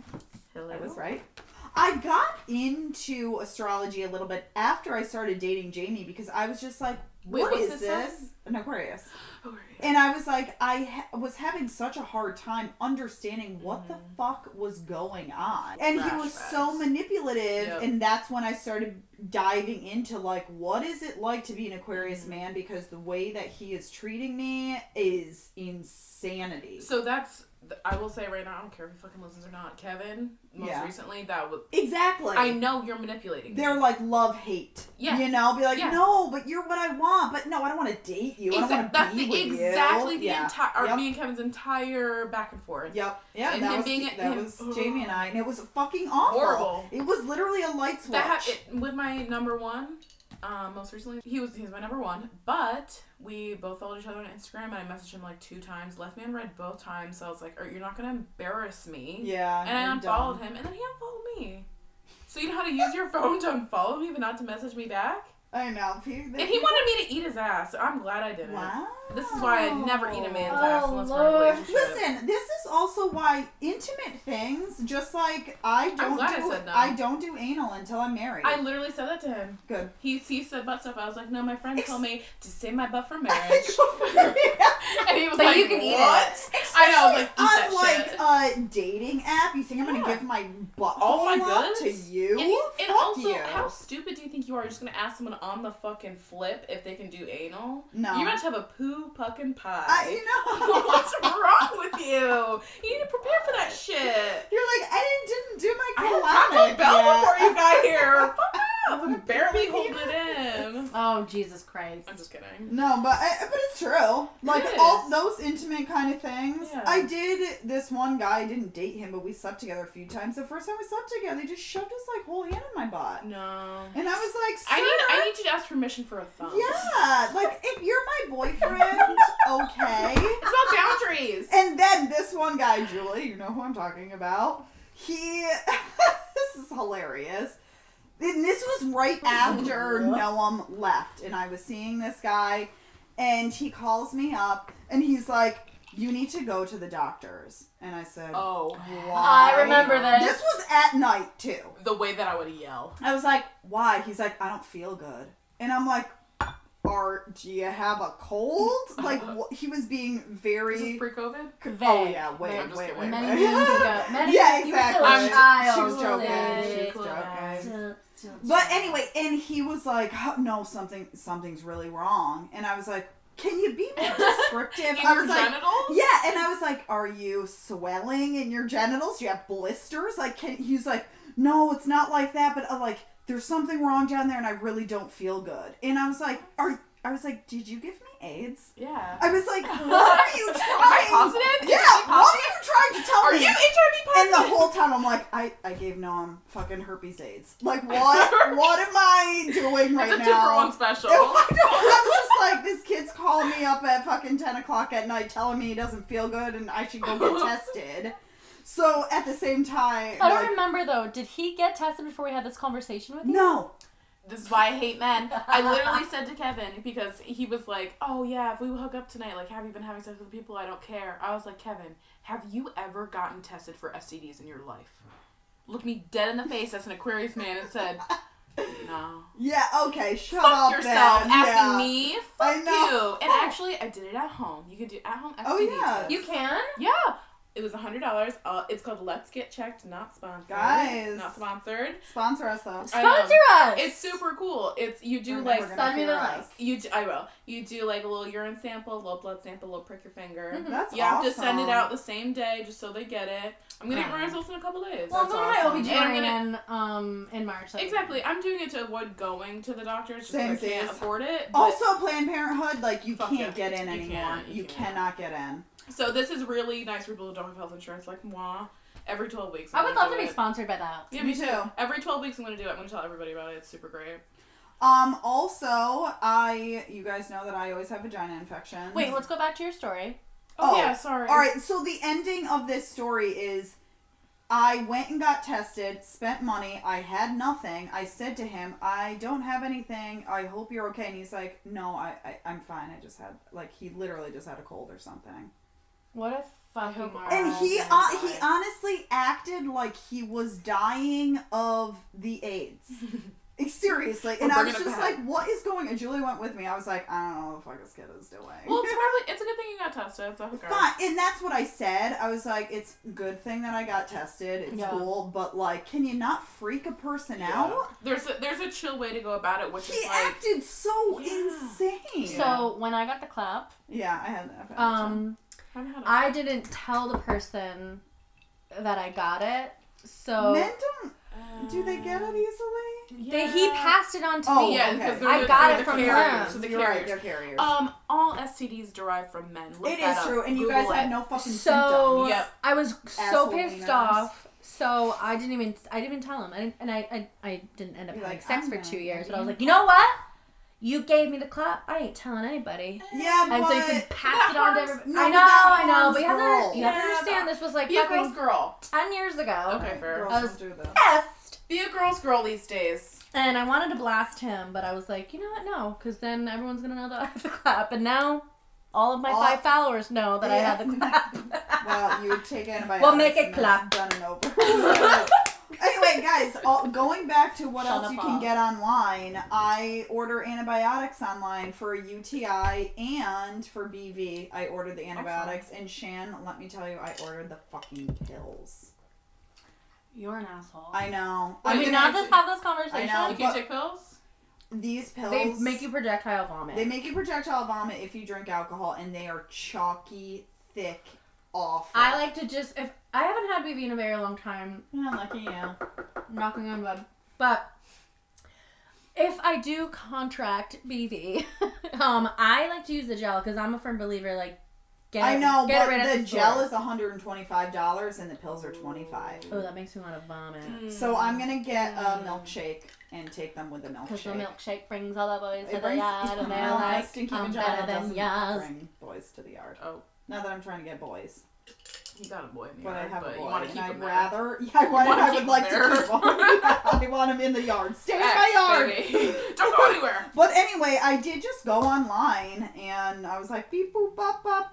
D: Hello.
C: I was right. I got into astrology a little bit after I started dating Jamie because I was just like,
D: Wait,
C: what
D: what's
C: is
D: his
C: this?
D: sign?
C: An Aquarius.
D: Oh, yeah.
C: And I was like, I ha- was having such a hard time understanding what the fuck was going on. And he
D: Mm-hmm. Flashbacks.
C: was so manipulative.
D: Yep.
C: And that's when I started diving into like, what is it like to be an Aquarius
D: Mm-hmm.
C: man? Because the way that he is treating me is insanity.
D: So that's. th- I will say right now, I don't care if he fucking listens or not. Kevin, most
C: Yeah.
D: recently, that was.
C: exactly.
D: I know you're manipulating. me.
C: they're like love hate.
D: Yeah.
C: You know, be like,
D: Yeah.
C: no, but you're what I want. But no, I don't want to date you. I
D: Exactly.
C: don't want
D: that's
C: to be
D: the,
C: with
D: exactly
C: you.
D: the
C: yeah.
D: entire. or
C: Yep.
D: Me and Kevin's entire back and forth.
C: Yep. Yeah.
D: And
C: that
D: him
C: was,
D: being-
C: that
D: him-
C: was Jamie and I, and it was fucking awful.
D: Horrible.
C: It was literally a light switch.
D: That ha- it, with my number one. Um, most recently, he was he's my number one, but we both followed each other on Instagram, and I messaged him like two times, left me on red both times. So I was like, "Are you're not gonna embarrass me?"
C: yeah.
D: and I
C: I'm
D: unfollowed
C: done.
D: him, and then he unfollowed me. So you know how to use your phone to unfollow me, but not to message me back.
C: I know. He,
D: And he wanted me to eat his ass. So I'm glad I didn't.
C: Wow. Uh,
D: This is why I never eat a man's
F: Oh,
D: ass unless we're in a
F: Lord.
D: relationship.
C: Listen, this is also why intimate things, just like I don't
D: glad I
C: do,
D: said no.
C: I don't do anal until I'm married.
D: I literally said that to him.
C: Good.
D: He he said butt stuff. I was like, no, my friend
C: Ex-
D: told me to save my butt for marriage.
C: I
D: and he was
F: But
D: like,
F: you can eat
D: what?
F: it.
D: I know. I was like, eat
C: on
D: that
C: like
D: shit.
C: a dating app, you think I'm gonna
D: Yeah.
C: give my butt
D: All my
C: up to
D: goods?
C: you?
D: and, he- and
C: Fuck
D: also,
C: you.
D: how stupid do you think you are? just gonna ask someone on the fucking flip if they can do anal.
C: No.
D: You're about to have a poo pucking pie.
C: I, you know.
D: What's wrong with you? You need to prepare for that shit.
C: You're like, I didn't, didn't do my
D: I
C: colonic.
D: had Taco Bell
C: yet."
D: before you got here. Fuck off. I'm barely holding it in.
F: Oh Jesus Christ!
D: I'm just kidding.
C: No, but I, but it's true. Like
D: It
C: all
D: is.
C: those intimate kind of things.
D: Yeah.
C: I did this one guy. I didn't date him, but we slept together a few times. The first time we slept together, he just shoved his like whole hand in my butt,
D: No.
C: and I was like, Sir,
D: I need I need you to ask permission for a thumb.
C: yeah, like if you're my boyfriend, okay.
D: It's about boundaries.
C: And then this one guy, Julie, you know who I'm talking about. He, this is hilarious. And this was right after Noam left, and I was seeing this guy, and he calls me up, and he's like, "You need to go to the doctors." And I said,
D: Oh.
C: "Why?"
F: I remember this.
C: This was at night too.
D: The way that I would yell.
C: I was like, "Why?" He's like, "I don't feel good," and I'm like. Are, do you have a cold? Like wh- he was being very.
D: Is this pre-COVID?
C: Oh yeah, wait,
D: I'm
C: wait,
D: just
C: wait,
D: kidding.
C: wait.
F: Many moons ago. Many
C: yeah,
F: you were still
C: exactly.
F: a
D: I'm- she
F: child.
C: was joking.
F: Still-
C: She was joking.
F: still- still
C: But
F: child.
C: anyway, and he was like, "Oh, "No, something, something's really wrong," and I was like, "Can you be more descriptive?"
D: In
C: I
D: your
C: was like,
D: genitals?
C: "Yeah," and I was like, "Are you swelling in your genitals? Do you have blisters?" Like, can he's like, "No, it's not like that," but uh, like, there's something wrong down there, and I really don't feel good. And I was like, "Are?" I was like, "Did you give me AIDS?"
D: Yeah.
C: I was like, "What are you
D: Am I
C: trying?"
D: positive? Is
C: Yeah,
D: she
C: what
D: positive?
C: are you trying to tell
D: Are
C: me?
D: you HIV positive?
C: And the whole time I'm like, I, I gave Noam fucking herpes AIDS. Like what what am I doing right
D: It's a two for
C: now?
D: one special.
C: I know. I'm just like this kid's calling me up at fucking ten o'clock at night telling me he doesn't feel good and I should go get tested. So at the same time,
F: I don't
C: like,
F: remember though. Did he get tested before we had this conversation with you?
C: no,
D: This is why I hate men. I literally said to Kevin because he was like, "Oh yeah, if we hook up tonight, like, have you been having sex with people? I don't care." I was like, "Kevin, have you ever gotten tested for STDs in your life?" Looked me dead in the face as an Aquarius man and said, "No."
C: yeah, okay, shut
D: Fuck
C: up,
D: yourself.
C: then.
D: Asking
C: yeah.
D: me. Fuck
C: I know.
D: you. And actually, I did it at home. You can do at home STD.
C: Oh, yeah.
D: tests.
F: You can.
D: Yeah. It was hundred dollars. Uh, it's called Let's Get Checked, not sponsored.
C: Guys.
D: Not sponsored.
C: Sponsor us though.
D: I know.
F: Sponsor us.
D: It's super cool. It's you do
C: We're Oh,
D: like
C: never gonna
F: send me the
C: hear us.
F: link.
D: you. Do, I will. You do like a little urine sample, little blood sample, little prick your finger.
C: Mm-hmm. That's
D: You have to send it
C: awesome.
D: out the same day just so they get it. I'm gonna get my
F: Oh.
D: results in a couple days.
F: Well, I'm
D: That's
F: going
D: awesome.
F: to
D: And I'm
F: my
D: gonna-
F: OBGYN um in March. like-
D: Exactly. I'm doing it to avoid going to the doctor just
C: Same
D: because I can't
C: sis.
D: afford it. but-
C: Also, Planned Parenthood, like you
D: Fuck
C: can't
D: yeah.
C: get in
D: You
C: anymore.
D: can't, you
C: you
D: can't.
C: cannot get in.
D: so this is really nice for people who don't have health insurance, like moi. Every 12 weeks. I'm
F: I would
D: gonna
F: love to
D: do
F: be
D: it.
F: sponsored by that.
D: Yeah,
C: Me
D: me too.
C: too.
D: Every 12 weeks, I'm gonna do it. I'm gonna tell everybody about it. It's super great.
C: Um, also, I, you guys know that I always have vagina infections.
F: Wait, let's go back to your story.
D: Oh,
C: Oh,
D: yeah, sorry.
C: All right, so the ending of this story is I went and got tested, spent money, I had nothing. I said to him, I don't have anything. I hope you're okay. And he's like, No, I, I I'm fine. I just had like he literally just had a cold or something.
F: What a fucking.
D: hope
F: mark.
C: And he
D: man,
C: uh, he
D: fine.
C: honestly acted like he was dying of the AIDS. Seriously, and I was
D: bringing it
C: just
D: back.
C: like, "What is going?" And Julie went with me. I was like, "I don't know what the fuck this kid is doing."
D: Well, it's probably it's a good thing you got tested. It's a hooker.
C: Fine, and that's what I said. I was like, it's a good thing that I got tested. It's
F: Yeah.
C: cool, but like, can you not freak a person out?
D: There's a, there's a chill way to go about it, which
C: He
D: is like
C: acted so
D: Yeah.
C: insane.
F: So when I got the clap,
C: yeah, I had that.
F: um,
D: I haven't had a-
F: I didn't tell the person that I got it, so
C: men don't
D: uh,
C: do they get
D: um,
C: it easily?
F: they, he passed it on to
C: Oh,
F: me.
D: Yeah,
C: Okay.
D: because they're
F: I
D: the-
F: got
D: they're
F: it
D: the
F: from
D: carriers,
F: him.
D: so the
C: You're right,
D: carriers.
C: they're carriers.
D: Um, all STDs derive from men. Look
C: it
D: that
C: is
D: up.
C: true, and you
D: Google
C: guys have
D: it.
C: no fucking
F: So
C: symptoms.
D: Yep.
F: I was so
C: Asshole
F: pissed
C: wieners.
F: off. So I didn't even I didn't even tell him. I didn't, and I, I I didn't end up
C: You're
F: having
C: like,
F: sex
C: I'm
F: for
C: not
F: two years. But I
C: eating.
F: was like, you know what? You gave me the clap. I ain't telling anybody.
C: Yeah,
F: And so you
C: but
F: can pass
D: that
F: it on to
D: harms-
F: everybody.
C: no,
F: I
C: but
F: know, I
C: that
F: know,
C: harms
F: but you have
C: girls.
F: to, you have to
D: Yeah,
F: understand this was like
D: Be a
F: fucking
D: girl's girl.
F: ten years ago.
D: Okay, fair.
C: girls
F: I was-
C: don't do that.
F: Pissed.
D: Be a girl's girl these days.
F: And I wanted to blast him, but I was like, you know what? No, because then everyone's gonna know that I have the clap. And now all of my
C: All-
F: five followers know that I
C: Yeah.
F: have the clap.
C: Well, you would take antibiotics.
F: We'll make it
C: and that's Done and over. anyway, guys, all, going back to what
F: Shut
C: else
F: up,
C: you
F: Paul.
C: can get online, I order antibiotics online for UTI and for BV. I ordered the antibiotics, and Shan, let me tell you, I ordered the fucking pills.
F: You're an asshole.
C: I know.
D: Wait,
C: I
F: Did we
C: mean,
D: didn't
F: not
D: actually-
F: just have this
C: I
F: conversation?
C: know.
D: You can
C: But-
D: take pills.
C: These pills
F: They make you projectile vomit.
C: They make you projectile vomit if you drink alcohol, and they are chalky, thick, awful.
F: I like to just if I haven't had BV in a very long time,
C: Yeah, lucky you.
F: knocking on wood, but if I do contract BV, um, I like to use the gel because I'm a firm believer. Like, get
C: I
F: it-
C: know,
F: get
C: but
F: it right at
C: the gel
F: source.
C: is one hundred and twenty-five dollars, and the pills are twenty-five.
F: Oh, that makes me want to vomit.
D: Mm. Hmm.
C: So I'm gonna get a milkshake and take them with a
F: Because
C: milkshake.
F: the milkshake brings all the boys to
C: It
F: the
C: brings-
F: yard, and they're
C: Well, my
F: like,
C: stinky
F: I'm
C: vagina
F: better than
C: doesn't
F: yours.
C: Bring boys to the yard.
D: Oh,
C: Not that I'm trying to get boys,
D: you got a boy in the
C: but I
D: yard,
C: have
D: but
C: a
D: you
C: boy,
D: want to
C: and
D: keep
C: I'd
D: him there.
C: rather. Yeah, I, want,
D: wanna
C: I
D: keep
C: would
D: him
C: like
D: there.
C: to keep them. I want them in the yard. Stay in my
D: X,
C: yard.
D: baby. Don't go anywhere.
C: But anyway, I did just go online and I was like, beep boop bop bop,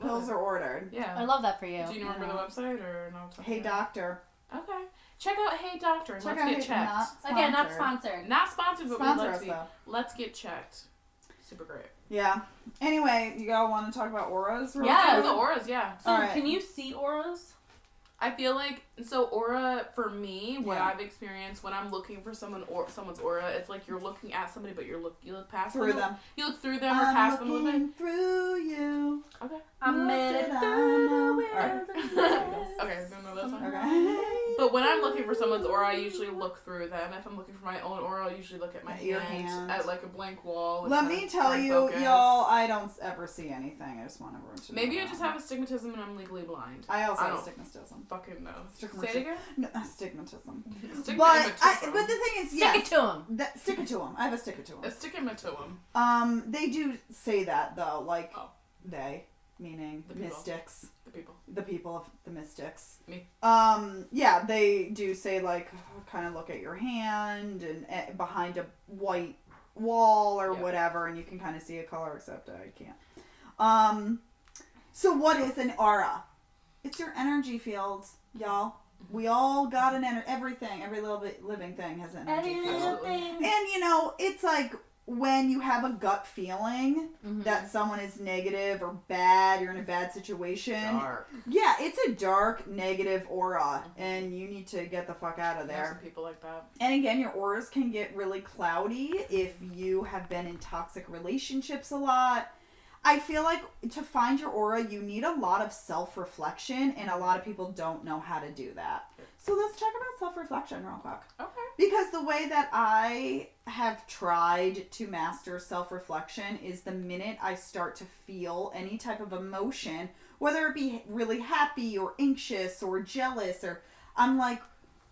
C: pills are ordered.
F: I
D: Yeah.
F: love that for you.
D: Do you remember the website or not?
C: Hey doctor,
D: Okay. Check out Hey Doctor and
C: check
D: let's
C: out
D: get
C: Hey
D: checked.
C: Not
F: Again, not
C: Sponsored.
F: sponsored.
D: Not sponsored, but
C: Sponsor
D: we'd
C: us
D: love to.
C: though.
D: Let's get checked. Super great.
C: Yeah. Anyway, you all want to talk about auras? real
F: Yeah.
D: Yeah,
C: quick?
D: the auras, yeah.
F: So,
C: All right.
F: can you see auras?
D: I feel like so aura for me, what
C: Yeah.
D: I've experienced when I'm looking for someone or someone's aura, it's like you're looking at somebody, but you're look you look past
C: Through
D: them.
C: them.
D: You look through them or
C: I'm
D: past them a little bit.
C: looking through you.
D: Okay.
F: I'm
C: What
F: in
C: did
F: it
C: I
F: through the
C: know?
F: windows
D: Alright. Okay, don't know that song.
C: Okay.
D: Uh, But when I'm looking for someone's aura, I usually look through them. If I'm looking for my own aura, I usually look at my
C: At
D: hand,
C: your hand.
D: at like a blank wall. and
C: Let
D: kinda
C: me
D: try
C: tell
D: and
C: you,
D: focus.
C: y'all, I don't ever see anything. I just want everyone to know.
D: Maybe I
C: that.
D: just have astigmatism and I'm legally blind.
C: I also
D: I
C: have
D: don't-
C: stigmatism.
D: Fucking no. Say
C: Stigmatism.
D: it again.
C: No, astigmatism. But I,
D: Astigmatism.
C: but the thing is,
F: Stick it
C: yes,
F: to him.
C: that, stick it to them. I have a stick it to them.
D: Astigmatism.
C: Um, they do say that though, like
D: Oh.
C: they, meaning
D: The
C: the
D: people.
C: mystics,
D: The people.
C: the people of the mystics.
D: Me.
C: Um, yeah, they do say like, kind of look at your hand and eh, behind a white wall or
D: Yeah.
C: whatever, and you can kind of see a color. Except I can't. Um, so what is an aura? It's your energy field, y'all.
D: Mm-hmm.
C: We all got an energy. Everything, every little bit living thing has an energy field. And you know, it's like when you have a gut feeling
F: Mm-hmm.
C: that someone is negative or bad, you're in a bad situation.
D: Dark.
C: Yeah, it's a dark, negative aura, and you need to get the fuck out of
D: There's some
C: there.
D: people like that.
C: And again, your auras can get really cloudy if you have been in toxic relationships a lot. I feel like to find your aura, you need a lot of self reflection, and a lot of people don't know how to do that. So let's talk about self reflection real quick.
D: Okay.
C: Because the way that I have tried to master self reflection is the minute I start to feel any type of emotion, whether it be really happy or anxious or jealous, or I'm like,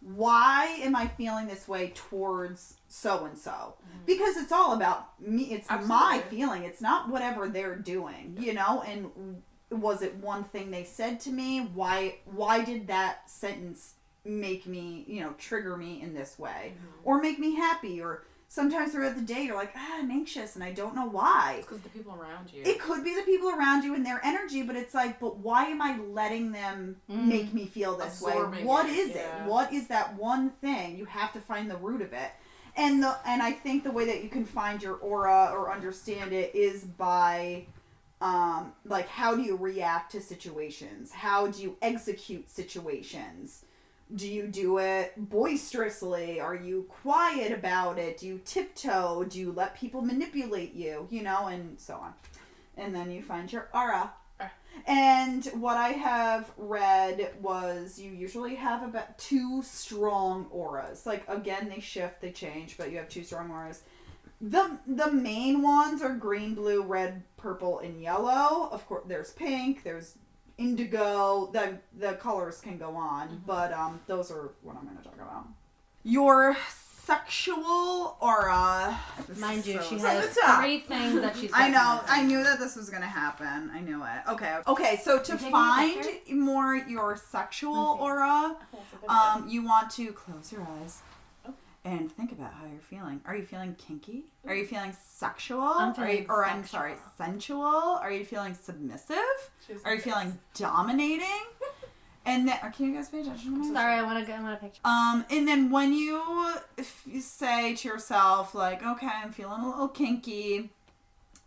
C: why am I feeling this way towards so and so? Because it's all about me. It's my
D: Absolutely.
C: feeling. It's not whatever they're doing, you know? And was it one thing they said to me why why did that sentence make me you know trigger me in this way or make me happy or sometimes throughout the day you're like ah, i'm anxious and i don't know why
D: Because the people around you.
C: it could be the people around you and their energy but it's like but why am i letting them make me feel this way
D: Absorbing
C: what
D: it,
C: is
D: yeah.
C: it what is that one thing you have to find the root of it and the and i think the way that you can find your aura or understand it is by um, like how do you react to situations how do you execute situations do you do it boisterously are you quiet about it do you tiptoe do you let people manipulate you you know and so on and then you find your aura and what I have read was you usually have about two strong auras. Like again, they shift, they change, but you have two strong auras. The the main ones are green, blue, red, purple, and yellow. Of course, there's pink, there's indigo. The the colors can go on,
F: Mm-hmm.
C: but um, those are what I'm going to talk about. Your sexual aura. This
F: Mind
C: is
F: you,
C: so-
F: she
C: From
F: has
C: the top.
F: three things that she's.
C: I know.
F: working on.
C: I knew that this was gonna happen. I knew it. Okay. Okay. So to
F: taking a
C: find more your sexual aura, um, you want to close your eyes
F: Oh.
C: and think about how you're feeling. Are you feeling kinky? Are you feeling sexual?
F: I'm
C: Are you,
F: feeling
C: or I'm sorry, sensual? Are you feeling submissive? Are you feeling dominating? And then, oh, can you guys pay attention? to my-
F: Sorry, I want to go. I want a picture.
C: um, and then when you, if you say to yourself, like, okay, I'm feeling a little kinky,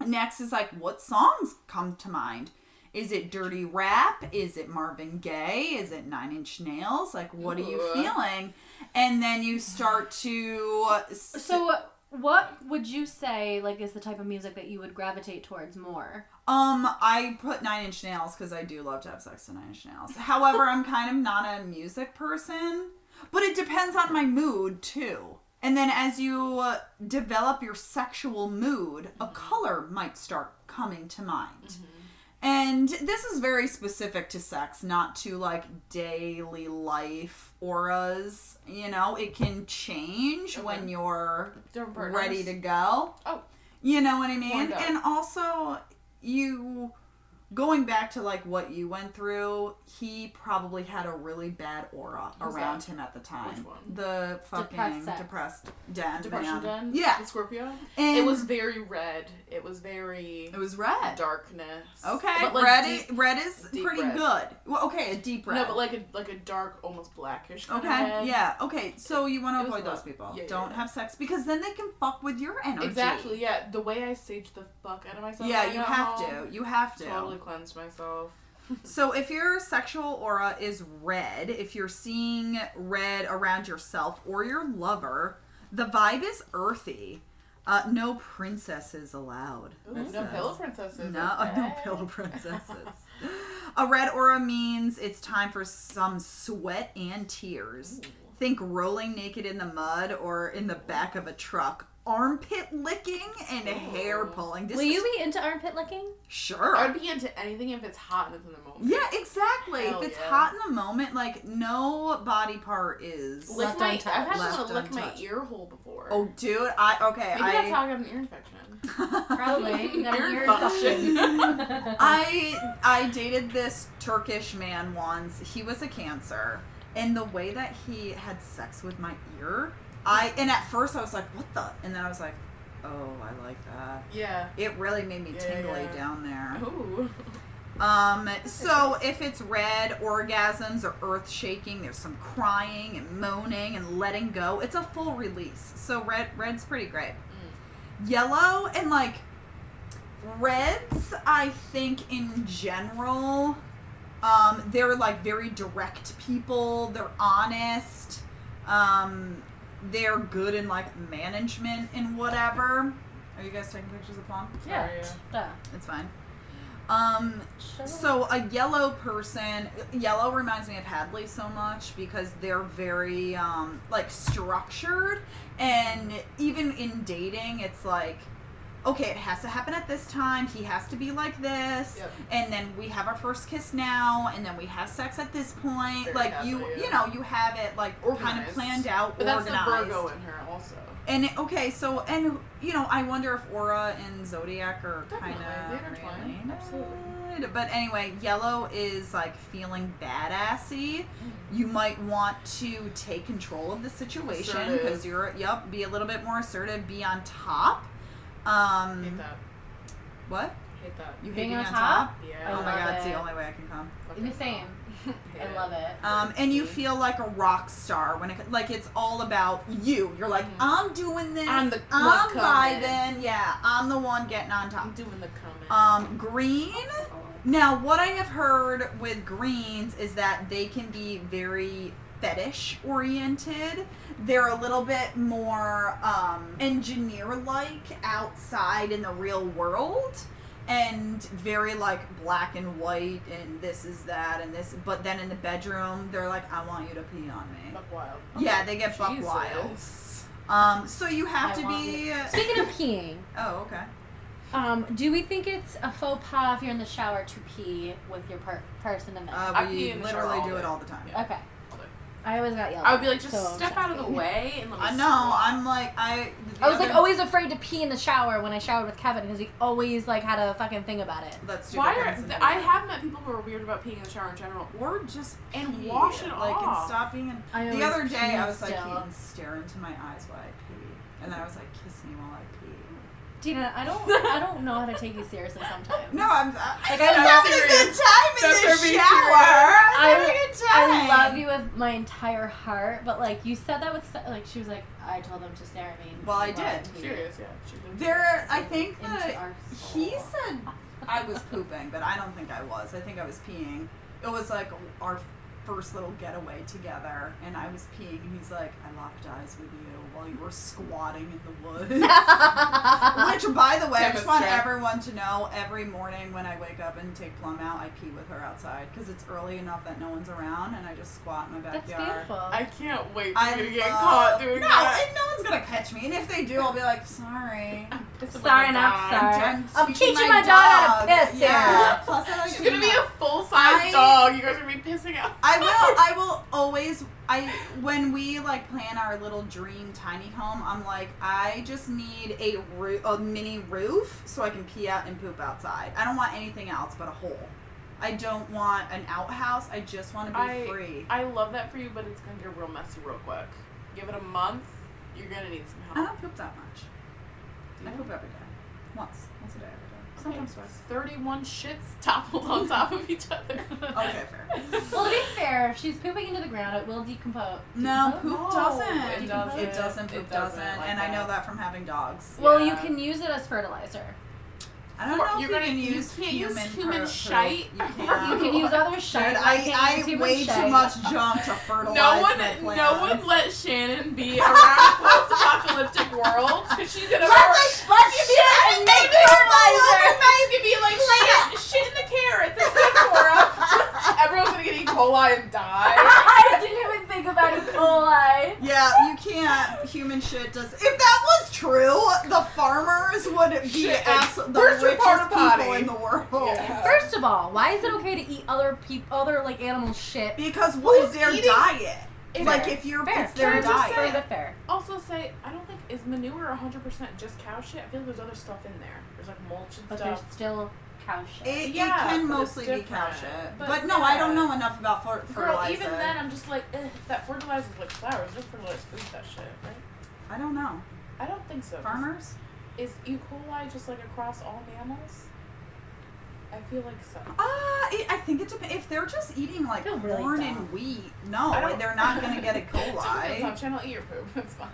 C: next is like, what songs come to mind? Is it dirty rap? Is it Marvin Gaye? Is it Nine Inch Nails? Like, what are you
D: Ooh.
C: feeling? And then you start to.
F: So What would you say like is the type of music that you would gravitate towards more?
C: Um, I put Nine Inch Nails because I do love to have sex to Nine Inch Nails. However, I'm kind of not a music person, but it depends on my mood too. And then as you uh, develop your sexual mood, a color might start coming to mind. And this is very specific to sex, not to like daily life auras. You know, it can change when you're
D: Different partners.
C: ready to go.
D: Oh.
C: You know what I mean?
D: Warmed up.
C: And also, you going back to like what you went through, he probably had a really bad aura around him at the time.
D: Which one?
C: The fucking
F: Depressed
C: depressed,
F: sex.
C: den.
D: Depression
C: man.
D: Den.
C: Yeah.
D: The Scorpio.
C: And
D: It was very red. It was very
C: it was red.
D: darkness.
C: Okay.
D: But, like,
C: red is
D: deep-
C: red is
D: deep
C: pretty
D: red.
C: good. Well, okay, a deep red.
D: No, but like a like a dark, almost blackish. Kind
C: Okay.
D: Of red.
C: Yeah. Okay. So you want
D: It
C: to
D: was
C: avoid
D: love.
C: those people.
D: Yeah, yeah,
C: Don't
D: yeah.
C: have sex because then they can fuck with your energy.
D: Exactly. Yeah. The way I saged the fuck out of myself.
C: Yeah,
D: when I
C: you
D: got
C: have
D: home,
C: to. You have to.
D: Totally cleansed myself.
C: So if your sexual aura is red, if you're seeing red around yourself or your lover, the vibe is earthy. Uh, no princesses allowed.
D: Ooh,
C: it
D: no
C: says.
D: pillow princesses.
C: No, no
D: okay.
C: pillow princesses. A red aura means it's time for some sweat and tears. Think rolling naked in the mud or in the back of a truck, armpit licking and hair
D: Ooh.
C: pulling. This
F: Will
C: is
F: you be into armpit licking?
C: sure?
D: I'd be into anything if it's hot and it's in the moment.
C: Yeah, exactly.
D: Hell
C: if it's
D: yeah.
C: hot in the moment, like no body part is.
F: Left
D: Lick my, I've
F: untouched.
D: had
C: Left
D: someone lick my
C: untouched.
D: ear hole before.
C: oh, dude, I okay.
D: Maybe
C: I,
D: that's how I got an ear infection.
F: Probably. You got a
D: Ear
F: ear
D: infection.
F: infection.
C: I I dated this Turkish man once. He was a cancer, and the way that he had sex with my ear, I and at first I was like, what the, and then I was like, oh, I like that.
D: Yeah.
C: It really made me
D: Yeah,
C: tingly
D: yeah.
C: down there.
D: Ooh.
C: Um, so if it's red, orgasms or earth shaking, there's some crying and moaning and letting go. It's a full release. So red red's pretty great. Yellow and like reds, I think in general, um, they're like very direct people, they're honest, um, they're good in like management and whatever. Are you guys taking pictures of Plum?
F: Yeah. Yeah.
C: It's fine. Um,
F: Shut up.
C: so a yellow person, yellow reminds me of Hadley so much because they're very um, like structured, and even in dating, it's like, okay, it has to happen at this time. He has to be like this,
D: Yep.
C: and then we have our first kiss now, and then we have sex at this point.
D: Very
C: like you,
D: Hadley,
C: you
D: yeah.
C: know, you have it like kind of
D: Organized.
C: planned out,
D: But that's
C: organized.
D: the Virgo in her also.
C: And okay, so and you know, I wonder if aura and zodiac are
D: Definitely,
C: kind
D: they
C: of
D: intertwine. Absolutely.
C: But anyway, yellow is like feeling badassy.
D: Mm-hmm.
C: You might want to take control of the situation because
D: Assertive.
C: you're yep, be a little bit more assertive, be on top.
D: Hate
C: Um,
D: that.
C: what
D: Hate that.
C: you hate
F: Being
C: being
F: on top?
C: Oh
D: Yeah.
F: I
C: my god,
F: love
C: it's the
F: it.
C: only way I can come.
F: The same. I love it.
C: Um, and you feel like a rock star when it like it's all about you. You're like, I'm doing this.
D: Mm. I'm the
C: I'm
D: one coming."
C: vibing. Yeah, I'm the one getting on
D: I'm
C: top.
D: doing the comment.
C: Um, green. Now, what I have heard with greens is that they can be very fetish oriented. They're a little bit more um, engineer like outside in the real world and very like black and white and this is that and this but then in the bedroom they're like I want you to pee on me.
D: Buck wild.
C: Yeah, they get buck wild.
D: Jesus.
C: Um so you have
F: I
C: to
F: want
C: be
F: Speaking of peeing,
C: Oh, okay.
F: um, do we think it's a faux pas if you're in the shower to pee with your per- person in there?
C: Uh,
D: I pee
C: we
D: in the shower
C: literally
D: all
C: do
D: day.
C: it all the time.
D: Yeah.
F: okay. I always got yelled.
D: I would be
F: at,
D: like, just
F: so
D: step out of the
F: disgusting.
D: way and let me.
C: I know. I'm like I. the
F: I was like
B: oh,
C: other-
F: always afraid to pee in the shower when I showered with Kevin because he always like had a fucking thing about it.
C: That's stupid.
D: Why are
C: Benson.
D: I have met people who are weird about peeing in the shower in general?
C: Or just
D: And
C: pee,
D: wash it
C: like,
D: off.
C: and stop being. An,
F: I
C: the
F: always
C: other day, I
F: pee
C: was like,
F: still.
C: you
D: "Hmm."
C: can stare into my eyes while I pee, and then I was like, kiss me while I pee.
F: Tina, I don't, I don't know how to take you seriously sometimes.
C: No, I'm. I,
F: Like, I
C: am
F: love
C: having a good
D: serious.
C: time in
D: That's her
C: this
D: being
C: shower. I'm having a good time.
F: I love you with my entire heart, but like you said that with su- like she was like I told them to stare at me.
C: Well, I
F: while
C: did.
F: pee."
D: Serious, yeah. she did.
C: There, I think
F: Into
C: that
F: our soul.
C: he said I was pooping, but I don't think I was. I think I was peeing. It was like our first little getaway together, and I was peeing, and he's like, "I locked eyes with you while you were squatting in the woods." Which, by the way, I just want
D: Demonstrate.
C: everyone to know every morning when I wake up and take Plum out, I pee with her outside because it's early enough that no one's around and I just squat in my
B: That's
C: backyard.
B: beautiful.
D: I can't wait for
C: I
D: you to get
C: love-
D: caught doing
C: no,
D: that.
C: and no one's going to catch me. And if they do, I'll be like, sorry.
D: It's about
B: Sorry,
D: to
B: not
D: die.
B: sorry.
C: I'm,
B: I'm
C: teaching
B: teaching my daughter
C: dog.
B: to piss,
C: Yeah.
B: Sarah.
C: Plus, I like
D: She's
C: to
D: gonna
C: do
D: be
C: that.
D: a full size
C: I-
D: dog. You guys are gonna be pissing out.
C: I will. I will always. I when we like plan our little dream tiny home, I'm like, I just need a roof, a mini roof, so I can pee out and poop outside. I don't want anything else but a hole. I don't want an outhouse. I just want to be
D: I-
C: free.
D: I love that for you, but it's gonna get real messy real quick. Give it a month, you're gonna need some
C: I
D: help.
C: don't poop that much. I poop every day. Once, once a day, every day.
D: Okay,
C: Sometimes twice.
D: 31 shits toppled on top of each other.
C: Okay, fair.
B: well, to be fair, if she's pooping into the ground, it will decompose.
C: No, poop
D: No,
C: doesn't.
D: Oh, it doesn't.
C: It doesn't. Poop
D: It doesn't
C: doesn't.
D: like
C: and I know
D: that.
C: that from having dogs.
B: Well,
D: Yeah.
B: you can use it as fertilizer.
C: I don't
D: Or
C: know if
D: you're
C: you
D: gonna-
C: can
D: you
C: use
D: can't use
C: human,
D: human
C: per-
D: shite.
C: per- you can't.
B: You can use other
C: Dude,
B: shit. I,
C: I, I, weigh too much junk to fertilize
D: No one,
C: my plants.
D: no one let Shannon be around post-apocalyptic world because she's gonna
B: Let's, let's shit and make fertilizer.
D: She's gonna be like shit, shit in the carrots. It's good for 'em. Everyone's gonna get E. coli and die.
B: I didn't even think about E. coli.
C: Yeah, you can't. Human shit does. If that was true, the farmers would be
D: Shit.
C: abs- the
D: Where's your
C: richest
D: porta potty?
C: people in the world.
D: Yeah.
B: First of all, why is it okay to eat other peop other like animal shit?
C: Because what is
D: Who's
C: their
D: eating-
C: diet?
D: If-
C: like if you're,
B: Fair.
C: it's their
D: Can I just
B: Fair
C: diet.
B: but fair.
D: Also, say I don't think is manure 100 percent just cow shit. I feel like there's other stuff in there. There's like mulch and
B: But
D: stuff.
B: there's still cow shit.
C: It,
D: Yeah,
C: it can
D: but it's
C: mostly be cow
D: different.
C: shit. But,
D: But
C: no, I don't
D: yeah.
C: know enough about fer-
D: Girl,
C: fertilizer.
D: even then, I'm just like, Ugh, that fertilizes like flowers. That fertilizes food, that shit, right?
C: I don't know.
D: I don't think so.
C: Farmers?
D: Is E. coli just like across all mammals? I feel like so.
C: Uh, it, I think it depends. If they're just eating like
B: Feel
C: corn
B: really dumb.
C: and wheat, no,
D: I don't-
C: Oh, they're not gonna get a
D: It's on
C: coli.
D: Top Channel, eat your poop. It's fine.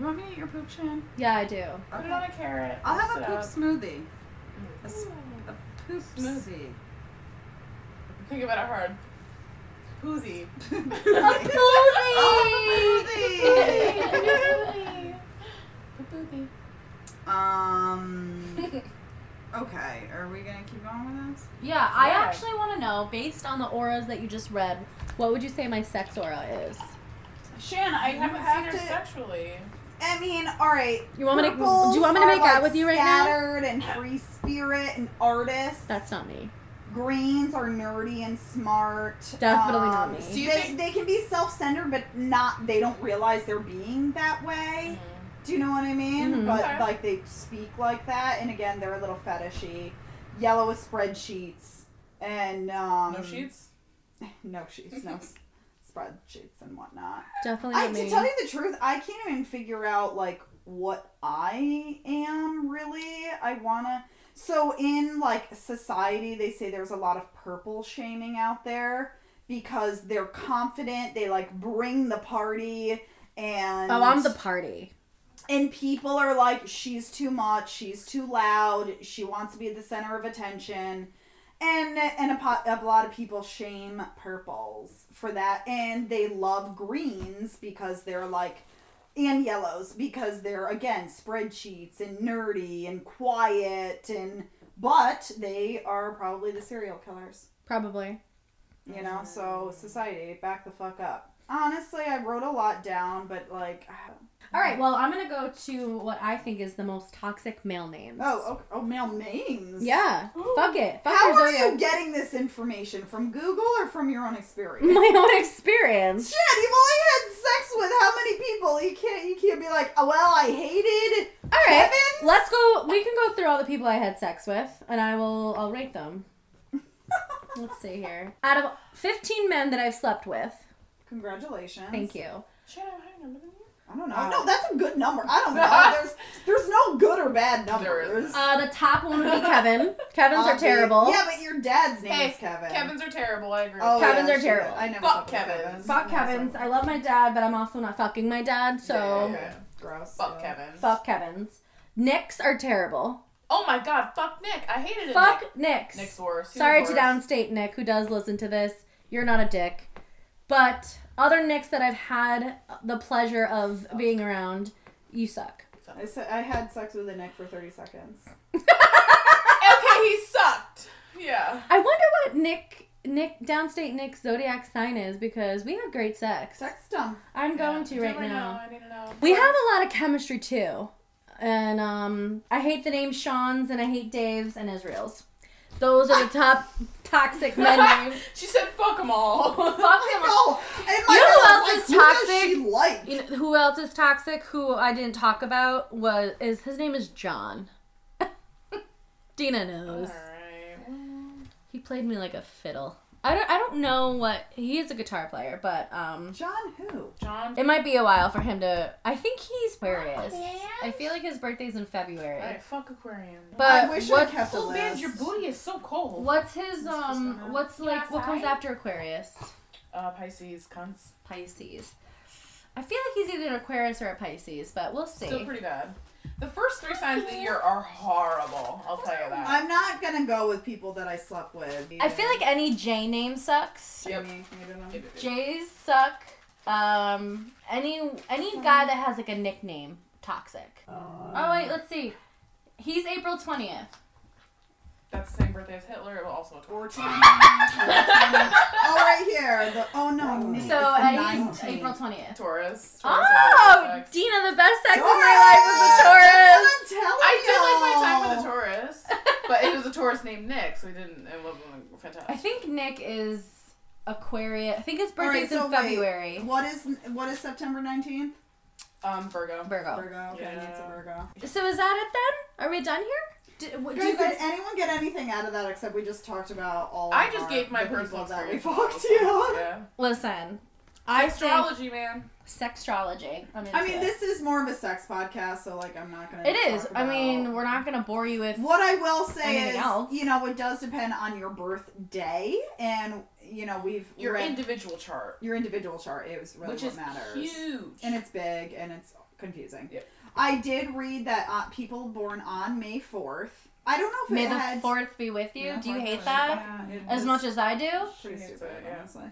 C: you want me to eat your poop, Shan?
B: Yeah, I do.
D: Put it
C: Okay.
D: on a carrot.
C: I'll have
D: mix
C: a
D: it
C: poop
D: up. Mm.
C: smoothie. A, s-
D: Ooh.
C: a poop smoothie.
D: Think about it hard. Poozy.
C: Oh,
D: Poozy. Poozy.
C: smoothie. um. Okay, are we gonna keep going with this?
B: Yeah, I
D: Yeah.
B: actually want to know, based on the auras that you just read, what would you say my sex aura is?
C: Shan, I
D: You haven't seen her sexually.
C: I mean, all right.
B: You want me to?
C: purples
B: Do you want me to
C: are,
B: make out
C: like,
B: with you right now?
C: scattered and free spirit and artist.
B: That's not me.
C: Greens are nerdy and smart. Um,
B: Definitely not me.
D: Do you
C: they,
D: think-
C: they can be self-centered, but not. They don't realize they're being that way.
D: Mm.
C: Do you know what I mean?
B: Mhm.
C: But
D: Okay.
C: like they speak like that, and again, they're a little fetishy. Yellow is spreadsheets and um,
D: No sheets?
C: no sheets, no s- spreadsheets and whatnot.
B: Definitely
C: I,
B: not
C: to
B: me.
C: tell you the truth, I can't even figure out like what I am really. I wanna. So in like society, they say there's a lot of purple shaming out there because they're confident. They like bring the party. And
B: Oh, I'm the party.
C: and people are like she's too much she's too loud she wants to be the center of attention and and a, po- a lot of people shame purples for that and they love greens because they're like and yellows because they're again spreadsheets and nerdy and quiet and but they are probably the serial killers
B: Probably.
C: you know so society back the fuck up honestly i wrote a lot down but like
B: All right. Well, I'm gonna go to what I think is the most toxic male names.
C: oh okay. oh male names
B: Yeah. Fuck it. Fuck
C: How
B: your
C: are
B: zodiac.
C: you getting this information from Google or from your own experience?
B: My own experience.
C: Shit, you've only had sex with how many people? You can't you can't be like, oh, well, I hated
B: All right.
C: Kevin?
B: Let's go. We can go through all the people I had sex with, and I will. I'll rate them. Let's see here. Out of 15 men that I've slept with,
C: Congratulations.
B: thank you.
D: Shit, I'm higher number than you.
C: I don't
D: Uh,
C: know. No, that's a good number. I don't know. There's there's no good or bad numbers.
D: isn't.
B: Uh, the top one would be Kevin. Kevin's are
C: Obvi-
B: terrible.
C: Yeah, but your dad's name
D: Hey,
C: is Kevin.
D: Kevins are terrible. I agree.
C: Oh,
D: with
B: Kevins
C: yeah,
B: are
C: shit.
B: terrible.
C: I never
D: Fuck
C: fucked with
D: Kevins.
B: Fuck Kevin's. I love my dad, but I'm also not fucking my dad, so
D: Yeah, yeah,
C: Okay.
D: yeah.
C: Gross.
D: Fuck
C: yeah.
D: Kevin.
B: fuck Kevin's. Nicks are terrible.
D: Oh my god, fuck Nick. I hated it.
B: Fuck Nicks.
D: Nick. Nick's worse. He's
B: Sorry
D: the
B: to
D: worst.
B: downstate Nick, who does listen to this. You're not a dick. But other Nicks that I've had the pleasure of being around, you suck.
C: I, said I had sex with a Nick for 30 seconds.
D: Okay, he sucked. Yeah.
B: I wonder what Nick Nick downstate Nick's zodiac sign is because we have great sex.
C: Sex dumb.
B: I'm going to
D: Do
B: right
D: I know?
B: now.
D: I need to know.
B: We have a lot of chemistry too. And um I hate the name Sean's and I hate Dave's and Israel's. Those are the top toxic men names.
D: She said, "Fuck them all."
B: Fuck them all.
C: No! In my
B: You know who
C: head, I was
B: else is
C: like, who does
B: toxic?
C: she like?
B: You know, who else is toxic? Who I didn't talk about was is his name is John. Dina knows.
D: Uh.
B: He played me like a fiddle. I don't I don't know what he is a guitar player, but um
C: John who?
D: John.
B: it might be a while for him to I think he's where it is. I feel like his birthday's in February.
D: Alright, fuck aquarium.
B: But
C: I wish
B: what's,
C: I kept a
D: oh man,
C: list.
D: your booty is so cold.
B: what's his
D: just
B: um
D: not-
B: what's
G: You
B: like what comes
G: outside?
B: after Aquarius?
D: Uh, Pisces cunts.
B: Pisces. I feel like he's either an Aquarius or a Pisces, but we'll see.
D: Still pretty bad. The first three signs of the year are horrible. I'll tell you that.
C: I'm not gonna go with people that I slept with.
B: I feel like any J name sucks.
D: Yep.
C: Jamie, you don't know?
B: J's suck. Um, any any guy that has like a nickname toxic.
C: Uh,
B: oh wait, let's see. He's April twentieth.
D: That's the same birthday as Hitler. It was also a
C: Or
D: Taurus.
C: Tom. oh, right here. The, oh no, Nick.
B: So and
C: it's
B: he's
C: the 19th.
B: April twentieth.
D: Taurus. Taurus
B: Oh,
D: also sex.
B: Dina, the best sex of
C: Taurus!
B: my life
C: That's what I'm telling
D: I did like my time with a
C: y'all.
D: Taurus, but it was a Taurus named Nick, so we didn't. It wasn't
B: was a Taurus. I
D: fantastic.
B: think Nick is Aquarius. I think his
C: All right,
B: birthday's
C: so
B: in
C: wait,
B: February.
C: What is what is September 19th?
D: Um, Virgo.
B: Virgo.
C: Virgo. Okay,
D: Yeah.
C: it's a Virgo.
B: So is that it then? Are we done here? Did, w- do
C: Guys,
B: you guys-
C: did anyone get anything out of that except we just talked about all of
D: I just
C: our-
D: gave my
C: the people
D: personal
C: that we
D: experience.
C: fucked you.
D: Yeah.
B: listen? I think
D: Astrology, man.
B: sextrology. I'm
C: I
B: into
C: mean,
B: it.
C: this is more of a sex podcast, so like I'm not gonna.
B: It is.
C: talk
B: I mean,
C: about-
B: we're not gonna bore you with
C: What I will say
B: Anything
C: is,
B: else?
C: you know, it does depend on your birthday, and you know we've
D: Your
C: read
D: individual chart,
C: your individual chart. It was really
D: which
C: what
D: is
C: matters,
D: huge.
C: and it's big and it's confusing.
D: Yep.
C: I did read that uh, people born on May fourth. I don't know if
B: May
C: it
B: the
C: had,
B: fourth be with you.
C: Yeah,
B: Do you
C: fourth
B: hate
C: was-
B: that
C: yeah, it
B: as
C: was
B: much as I do?
C: pretty
D: She hates
C: stupid,
D: it, yeah.
C: honestly.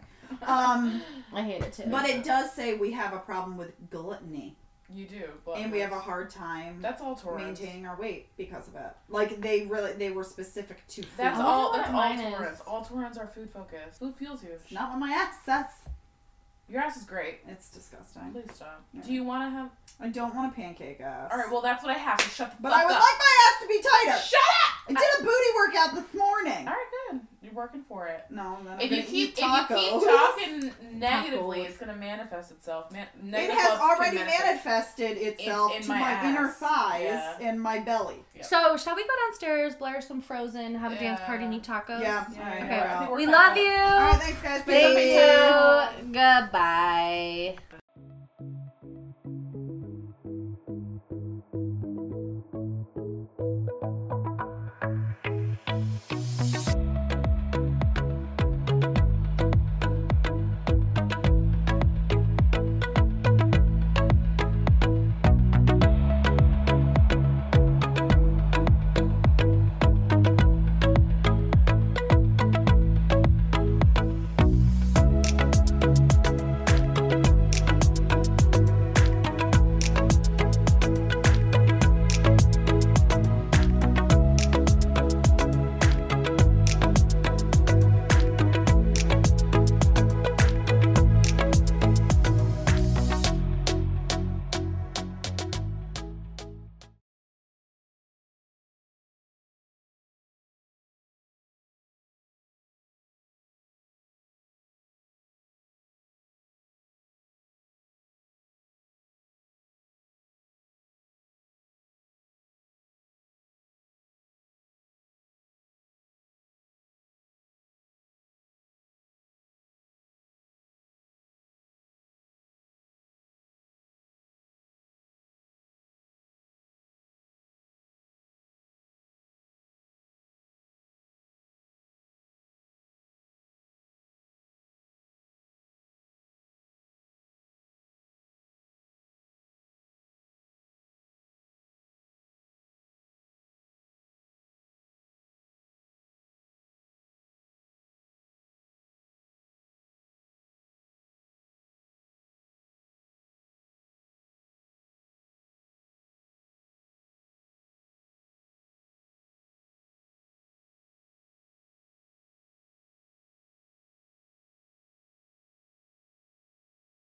C: Um,
B: I hate it too.
C: but it does say we have a problem with gluttony,
D: you do.
C: and we have a hard time
D: That's all Taurus.
C: maintaining our weight because of it. Like they really, they were specific to food. Oh,
D: That's
B: I wonder
D: all.
B: what
D: That's all
B: mine
D: Taurans.
B: is.
D: All Taurans are food focused. Food fuels you.
C: not what my ass says.
D: Your ass is great.
C: It's disgusting.
D: Please stop.
C: Yeah.
D: Do you want to have?
C: I don't want a pancake ass.
D: All right. Well, that's what I have. So shut the
C: but
D: fuck
C: I would
D: up.
C: like my ass to be tighter.
D: Shut
C: I did a booty workout this morning.
D: All right. Good. You're working for it.
C: No, then I'm
D: If
C: gonna
D: you keep
C: eat tacos.
D: if you keep talking negatively,
B: Tacos.
D: it's gonna manifest itself. Man,
C: it
D: negative
C: has
D: thoughts can
C: already
D: manifest.
C: manifested itself
D: in
C: to
D: my
C: my, inner
D: ass.
C: thighs
D: Yeah.
C: and my belly.
D: Yeah.
B: So shall we go downstairs, blare some Frozen, have a dance party, and eat tacos?
C: Yeah.
D: Yeah,
C: All right,
B: Okay.
C: we're
D: I
C: out.
D: think we're
B: We
D: cut
B: love
D: out.
B: you.
C: All right, thanks guys. Bye.
B: Thank you. Goodbye.